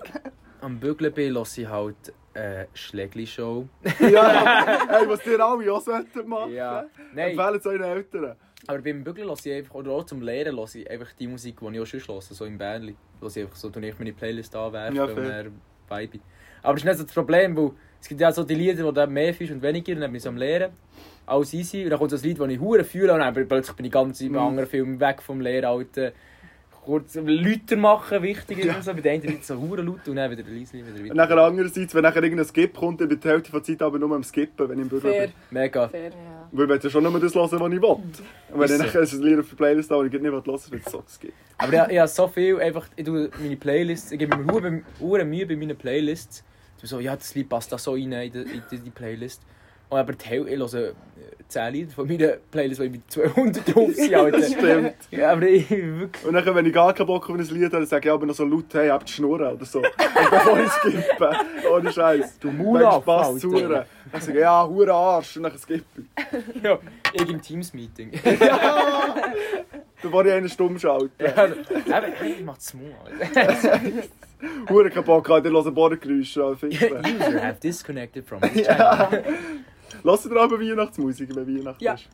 am Bügeln bin, höre ich halt äh, Schlägli-Show. Ja, hey, was ihr alle auch sollten machen. Ja. Nein, Empfehlen es euren Eltern. aber beim Bügeln höre ich einfach, oder auch zum Lehren höre ich einfach die Musik, die ich auch schon höre, so im Bändchen. Höre ich einfach so, tue ich meine Playlist anwerfen Ja, und fair. dann vibe ich. Aber das ist nicht so das Problem, weil es gibt ja so die Lieder, die dann mehr ist und weniger, und dann bin ich so am Lehren. Alles easy. Und dann kommt so ein Lied, das ich hure fühle, und dann plötzlich bin ich ganz im Mhm. anderen Film weg vom Lehralten. Kurz Lüter machen, wichtig ist Ja. und so. Bei den einen wird es so hure laut und dann wieder leise, wieder Und nachher wieder. andererseits, wenn nachher irgendein Skip kommt, dann bin ich die Hälfte der Zeit aber nur am Skippen, wenn ich im Bügeln bin. Fair, Mega. fair. Ja. Weil ich will ja schon nur das hören, was ich will. Und wenn Ist ich so. nachher ein Lied auf der Playlist habe, und ich nicht hören will, wird es so geben. Aber ich, ich habe so viel, einfach, ich tue meine Playlists, ich gebe mir Ruhe, Ruhe Mühe bei meinen Playlists. Ich bin so, ja, das Lied passt da so rein in die, in die, die Playlist. Und aber die Hälfte, ich höre äh, 10 Lieder von meiner eh, Playlist, weil ich mit 200 drauf sind, Das Alter. stimmt. Ja, aber ich wirklich... Und dann, wenn ich gar keinen Bock auf ein Lied habe, dann sage ich aber noch so laut, hey, habt die Schnurren oder so. Und bevor ich skippe. Ohne Scheiß. Du Dann Mulaff, Spaß zu Alter. Huren. Dann sage ich, ja, Huren Arsch. Und dann skippe ich. Ja, ich im Teams-Meeting. Ja! Bevor ich einen stumm schalte. Ja, aber ich mach das Mund, Alter. Huren keinen Bock habe, dann hören Bodengeräusche an. Ficken. User have disconnected from the channel. Lass dir aber Weihnachtsmusik, wenn Weihnachten Ja. ist.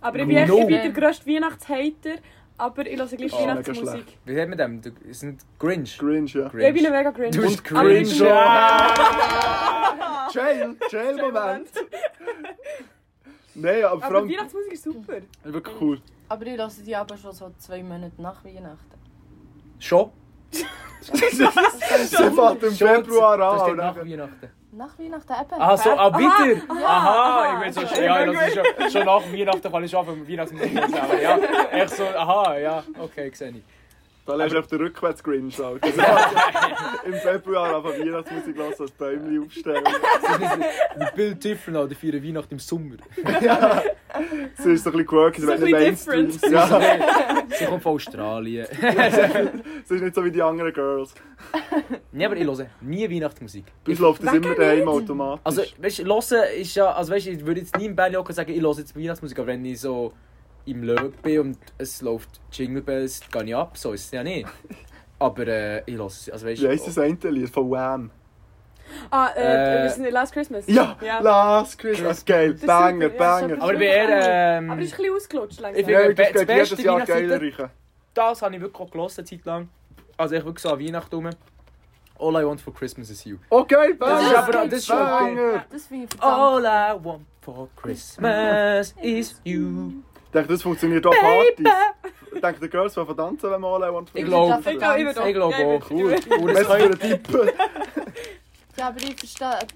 Aber ich bin, echt, No. ich bin der grösste Weihnachtshater, aber ich höre gleich Oh, mega Weihnachtsmusik. schlecht. Wie sagt man dem? Du, es sind Grinch. Cringe, ja. Ja, ich bin ein mega Grinch. Du bist Aber ich Grinch. bin- Jail, Jail-Moment. Nein, aber vor Aber allem... Weihnachtsmusik ist super. Wirklich cool. Aber ich höre die aber schon so zwei Monate nach Weihnachten. Schon? Sie fängt im Schon, Februar an. das steht und nach Dus nachher- Weihnachten. Nach Weihnachten eben. Ah, so, ah, wieder? Aha, ja, aha. ich bin so, ja, das ist schon, schon nach Weihnachten kann ich arbeiten, mit Weihnachten nicht mehr zusammen, ja. Echt so, aha, ja, okay, sehe ich. Da lebst du auf der Rückwärts-Grinch, Alter. Also, Im Februar aber Weihnachtsmusik lassen, als Bäumchen aufstellen. Ein Bild different, Alter, feiern Weihnachten im Sommer. ja. Es ist so ein bisschen quirky, So ein wenn du bisschen Mainstreams. Ja. Sie kommt von Australien. Es ist nicht so wie die anderen Girls. Nee, aber ich höre nie Weihnachtsmusik. Bei uns läuft das immer daheim automatisch. Also, weißt du, hören ist ja. Also, weißt du, ich würde jetzt nie im Band hocken und sagen, ich höre jetzt Weihnachtsmusik, aber wenn ich so im Löb bin und es läuft Jingle Bells, gehe ich ab. So ist es ja nicht. Aber äh, ich höre es. Also, weißt wie du. heisst das eine Lied von Wham? Ah, äh, Äh. wir sind in Last Christmas. Eh, Ja, Last Christmas. Geil, Das ist Banger, super, ja, Banger. das Aber ich bin eher. Ähm, Aber es ist ein bisschen ausgelutscht langsam. Ich bin- Nein, das das geht jedes beste Jahr Weihnachtslied- geiler reichen. das habe ich wirklich auch gelesen, eine Zeit lang. Also, ich wirklich so an Weihnachten rum. All I want for Christmas is you. Okay, Das Banger. ist aber. Das ist schon okay. Banger. Das finde ich verdammt. All I want for Christmas is you. Ich denke, das funktioniert auch Party. Ich denke, die Girls wollen tanzen, wenn man alle wollen. Ich glaube. Ich Ich glaub, glaube, Ich glaube auch. ich würd auch. ich würde Cool. Und Das das ist ein können- Tipp. Ja, aber ich verstehe,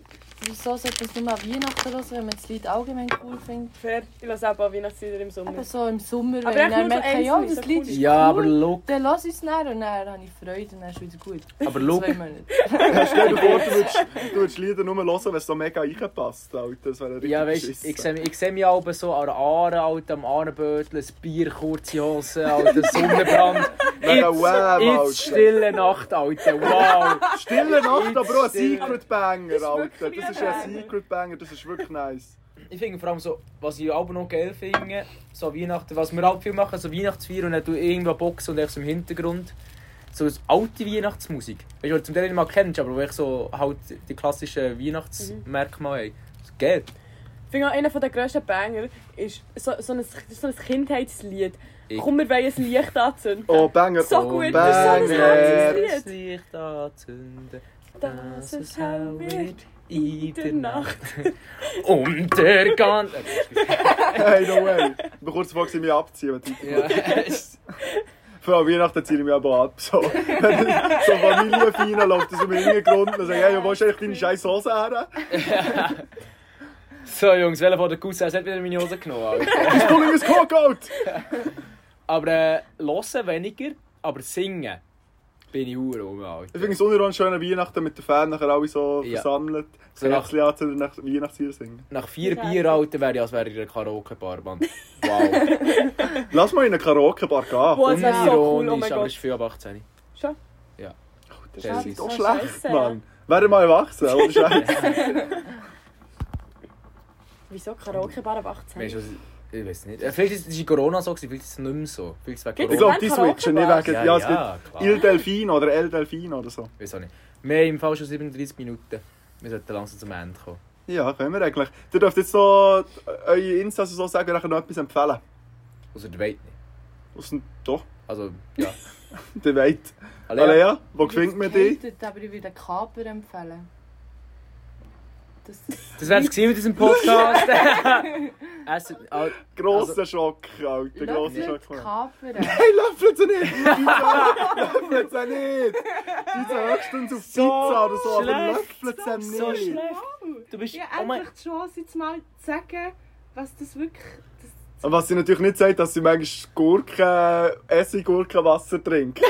wieso sollte man es nur an Weihnachten hören, wenn man das Lied allgemein cool findet. Fair. Ich lasse auch ein paar Weihnachtslieder im Eben Sommer. so im Sommer, Aber wenn echt ich dann nur so merke, ja, einzelne, das so Lied cool. ist Ja, aber cool. schau. Dann lass ich es dann und dann habe ich Freude und dann ist es wieder gut. Aber In schau. Zwei Monate. Stell dir vor, du würdest, du würdest Lieder nur hören, wenn es so mega reinpasst. Alter. Das wäre richtig Ja, weißt beschissen. ich sehe mich, ich seh mich auch so an der Aare, Alter, am Aarenbötel, ein Bier, kurze Hosen, Alter, Sonnenbrand. Mega Jetzt- Wham, Alter. Jetzt stille Nacht, Alter, wow. Stille Nacht, aber auch ein Stille- Secret Banger, Alter. wirklich Das ist ein ein Banger. Secret Banger, das ist wirklich nice. Ich finde vor allem so, was ich auch noch geil finde, so Weihnachten, was wir halt viel machen, so Weihnachtsfeier und dann du irgendwo Boxen und echt so im Hintergrund. So das alte Weihnachtsmusik. Weißt du, die du zum Teil nicht mal kennst, aber wo ich so halt die klassischen Weihnachtsmerkmale haben. Das geht. Ich finde auch einer der grössten Banger ist so, so, ein, so ein Kindheitslied. Ich- Komm, wir wollen ein Licht anzünden. Oh, Banger. So oh, gut, das ist so ein Banger. Lied. Das Licht anzünden. Das ist how it in der Nacht. Untergang. Hey, no way. Ich bin kurz davor, gewesen, mich abziehen. wenn die- Ja. Vor allem Weihnachten ziehe ich mich aber ab. So, Wenn so Familienfeiern läuft das um den Hintergrund und dann sagen, hey, wo ist eigentlich deine scheiß Hose her? so Jungs, welcher von den Cousins hat wieder meine Hose genommen? Alter? He's pulling his cock out! aber äh, hören weniger, aber singen bin ich hure rum, Alter. Ich finde es unironisch schön, an Weihnachten mit den Fans nachher alle so Ja. versammelt. So So nach- Kerzen anzünden und nach Weihnachtslieder singen. Nach vier Ja. Bier, Alter, wäre ich, als wäre ich in einer Karaoke-Bar, Mann. Wow. Lass mal in eine Karaoke-Bar gehen. Boah, das wäre so cool, oh Unironisch, mein aber Gott. ist viel ab 18. Schon? Das Scheiße. ist doch So schlecht, scheisse, Mann. Wäre mal erwachsen, ohne Scheiß. Wieso Karaoke-Bar ab 18? Weißt du, was ich- ich weiß nicht. Äh, Vielleicht ist es in Corona so, gewesen, vielleicht ist es nicht mehr so. Vielleicht ist es wegen Gibt's Ich Corona. glaube, die Wenn Karaoke-Bar. switchen nicht wegen... Ja, ja, es gibt ja, klar. Il Delfino oder El Delfino oder so. Weiß auch nicht. Wir haben im Fall schon 37 Minuten. Wir sollten langsam zum Ende kommen. Ja, können wir eigentlich. Ihr dürft jetzt so äh, eure Insta so sagen und nachher noch etwas empfehlen. Außer der Weit nicht. Aus dem... Doch, Also, ja. der weit. Alea? Alea, wo findet man dich? Hatet, Aber ich würde einen Kaper empfehlen. Das Das wär's gewesen mit diesem Podcast. Essen, ah, Grosser Schock, Alter. Grosser Löffelt Schock. Kapern. Also- Hey, löffelt sie nicht! Pizza! löffelt sie nicht! Pizza höchstens auf Pizza oder so, aber löffelt sie nicht! so schlecht. Du bist, Ja, oh mein, endlich die Chance, jetzt mal zu sagen, was das wirklich. Und was sie natürlich nicht sagt, dass sie manchmal Gurken, Essig-Gurkenwasser trinkt.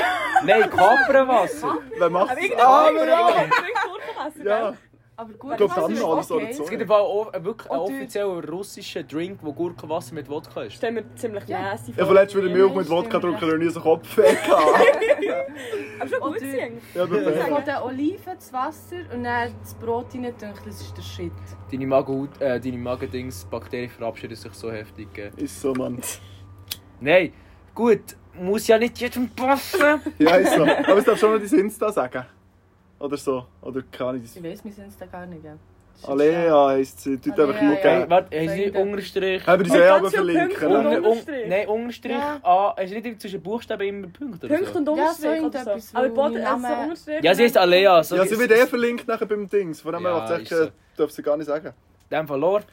nein, Kapernwasser. Wer macht Aber das? irgendein Ah, Banger, aber ja! irgendein trinkt Gurkenwasser, Ja, gell? Aber ich gut, glaube, das dann ist noch alles oder okay. so. Es gibt im Fall auch äh, wirklich einen Und du- offiziellen russischen Drink, wo Gurkenwasser mit Wodka ist. Stellen wir ziemlich Ja. nasty Ja, vielleicht würde ich mich auch mit Wodka drücken, weil ich nie so Kopfweh hatte. Aber schon Oder- gut singen. Ja, perfekt. Von den Oliven, das Wasser und dann das Brot rein, denke das ist der Shit. Deine Magenhaut, äh, deine Magendings, Bakterien verabschieden sich so heftig. Äh. Ist so, Mann. Nein, gut, muss ja nicht jedem passen. Ja, ist so. Aber es darf schon noch dein Insta sagen. Oder so. Oder kann ich Ich das? weiss, wir sind es da gar nicht. Ja. Das ist schade. Alea heisst sie. Tut einfach Alea, schauen. ja. Hey, Haben warte, haben sie nicht Freunde. Unterstrich? wir uns Oh, eh ganz aber viele verlinken? Punkte. ne? Unter, un, Unterstrich. nein, Unterstrich. Ja. Ah, hast du nicht zwischen Buchstaben immer Punkte? oder Punkt so? und Ja, Unterstrich so oder irgendetwas, so. Aber wo Boden mein essen, Name- Unterstrich. Ja, sie ist Alea. So Ja, sie wird eh verlinkt nachher beim Dings. Von dem her, Ja, was ich ist so. sage, darf sie gar nicht sagen. In dem Fall, Lord.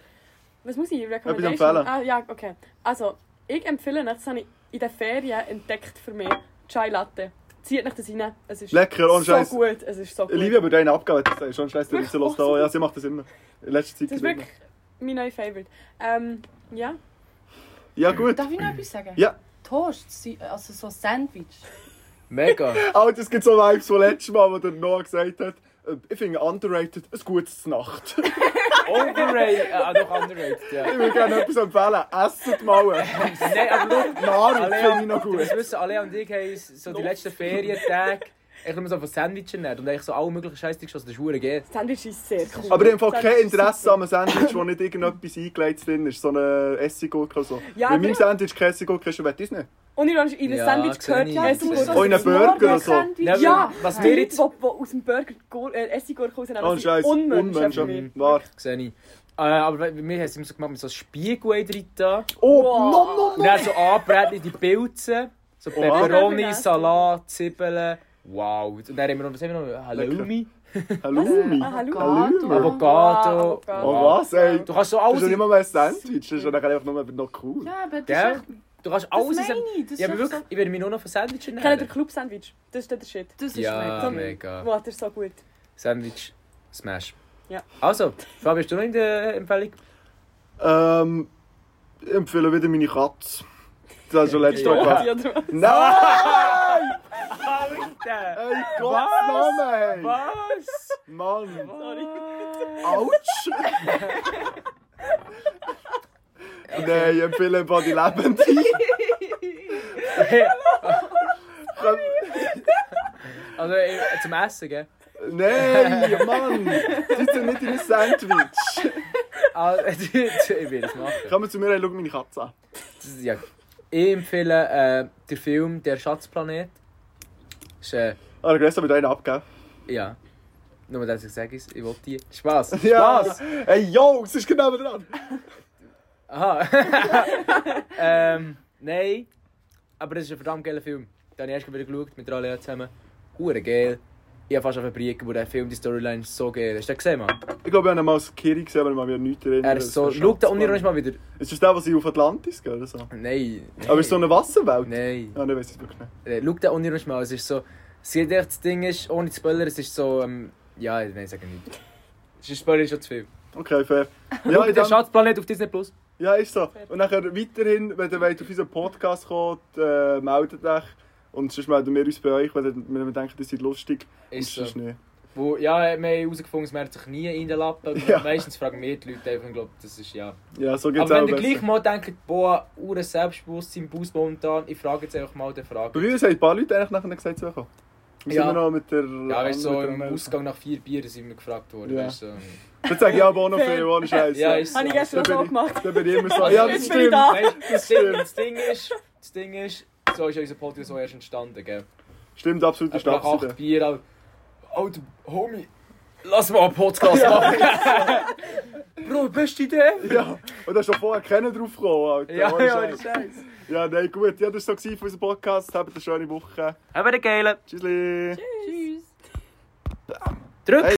Was muss ich? Etwas Recommendation? empfehlen. Ah, ja, okay. Also, ich empfehle, das habe ich in den Ferien entdeckt für mich, Chai Latte. Zieht euch das rein. Es ist Lecker, ohne so Scheiß. gut. Es ist so gut. Livia würde einen abgeben, wenn du sagst, schon scheiß der Wirklich? Ritzel los da. Ja, sie macht das immer. In letzter Zeit. das ist immer. wirklich mein neuer Favorite. Ähm, ja. Ja, gut. Darf ich noch etwas sagen? Ja. Toast, sie- also so Sandwich. Mega. Alter, es gibt so Vibes von letztes Mal, wo der Noah gesagt hat, äh, ich finde underrated ein gutes Nacht. Overrated. Ah, doch, underrated, ja. Ich würde gerne etwas empfehlen. Esset mal etwas. Nein, aber schau, Nahrung finde Alea, ich noch du gut. musst wissen, Alea und ich haben so die letzten Ferientage ich habe mir so von Sandwich ernährt und eigentlich so alle möglichen Scheiße geschossen. Das ist verdammt geil. Das Sandwich ist sehr cool. Aber ich habe Das kein ist Interesse super. an einem Sandwich, wo nicht irgendetwas eingelegt drin ist. So eine Essiggurke oder so. Ja, Bei meinem genau. Sandwich kein Essiggurke ist, will ich nicht. Und ich habe in einem Ja, Sandwich sehe gehört, ich. ja, es Das muss ist Auch Oh, in einem Burger oder so. Ja, Ja, was wir Leute, die jetzt die aus dem Burger Gur- äh, Essiggurke rausnehmen, Oh, sind Scheiße. Unmenschen für mich. Unmenschen. Wahr. sehe ich. Äh, aber wir haben es immer so gemacht mit so Spiegelei drin. da. Oh, Wow. no, no, Und dann so anbrätliche Pilze. So Oha. Peperoni, Salat, Zwiebeln. Wow. Und dann haben wir noch, was haben wir noch? Halloumi. no. Halloumi. Ah, hallo. Halloumi. Aber- Avocado. Oh, was, ey. Du kannst Das ist ja so alles... nicht mal mehr ein Sandwich, das ist ja nachher einfach nur noch cool. Ja, aber das Gell? ist echt, Du kannst das alles... in meine Sam- ich. Das Ja, aber ist echt wirklich, so, ich werde mich nur noch für Sandwich Ich kenne den ernähren. Club-Sandwich. Das ist der Shit. das ist Ja, mega. mega. Wow, das ist so gut. Sandwich Smash. Ja. Also, Fabi, hast du noch in der Empfehlung? Ähm, ich empfehle wieder meine Katze. Das ist schon letztes Mal Ja. gemacht. Ja, oder was? Nein! Alter! Ey, Gottes Name, ey! Was? Mann! Sorry. Autsch! Nein, ich empfehle einfach die Lebende. also, äh, zum Essen, gell? Nein, Mann! Das ist ja nicht in ein Sandwich. Also, ich will es machen. Komm zu mir und schau meine Katze an. Das ist Ja. Ich empfehle äh, den Film «Der Schatzplanet». Ist, äh, Ah, der Grösser wird einen abgeben. ja... Nur, dass ich sage, ich will die... Spass! Spass! Ja. Ey, yo, es ist genau dran. Aha. ähm, nein. Aber das ist ein verdammt geiler Film. Den habe ich erst wieder geschaut mit der Alea zusammen. Hure geil. Ich habe fast auf Brieken, wo der Film, die Storyline ist so geil. Hast du den gesehen, Mann? Ich glaube, ich habe ihn mal als Kiri gesehen, aber ich kann mich an nichts erinnern. Er ist so. Schau da unironisch mal wieder. Ist das der, was sie auf Atlantis gehen? Oder so? Nein. nein. Aber ist so eine Wasserwelt? Nein. Ja, dann weiß ich es wirklich nicht. Äh, Schau da unironisch mal. Es ist so. Es geht echt, das Ding ist, ohne zu spoilern, es ist so. Ähm, ja, nein, sag ich nicht. Es ist Spoiler ist schon zu viel. Okay, fair. Ja, Ja, Schau, in der dem, Schatzplanet auf Disney Plus. ja ist so. Und nachher weiterhin, wenn ihr wollt, auf unseren Podcast kommt, äh, meldet euch. Und sonst melden wir uns bei euch, wenn ihr- wenn wir denken, das seid lustig. Ist und so. sonst nicht. Wo, ja, wir haben herausgefunden, es merkt sich nie in den Lappen. Ja. Meistens fragen wir die Leute einfach, ich glaube, das ist ja. Ja, so geht es Aber wenn auch ihr besser. gleich mal denkt, boah, ure Selbstbewusstsein, Bus momentan, ich frage jetzt einfach mal den Bei Frage. uns haben ein paar Leute eigentlich nachher gesagt, sie kommen. Wir Ja. sind immer noch mit der... Ja, weißt du, so anderen- im Ausgang nach vier Bieren sind wir gefragt worden. Ja. Weißt, du, ähm, Das sage ich aber auch noch viel, ohne Scheiß. ja, ist so. Habe ich gestern auch Da so bin ich- gemacht. Dann bin ich immer so... Ja, das Jetzt bin ich stimmt. da. Weißt, das, Ding, das Ding ist, das Ding ist, so ist unser Podcast so erst entstanden, gell? Stimmt, absolut. Etwa Das Nach acht stimmt. Bier, aber, Alter, Homie, lass mal einen Podcast machen. Bro, beste Idee. Ja, und da ist doch vorher keiner drauf gekommen, Alter. Ja, Ohne ja, Scheiss. das ist Ja, nein, gut. Ja, das war so für unseren Podcast. Habt eine schöne Woche. Aber der Geile. Tschüssli. Tschüss. Drück.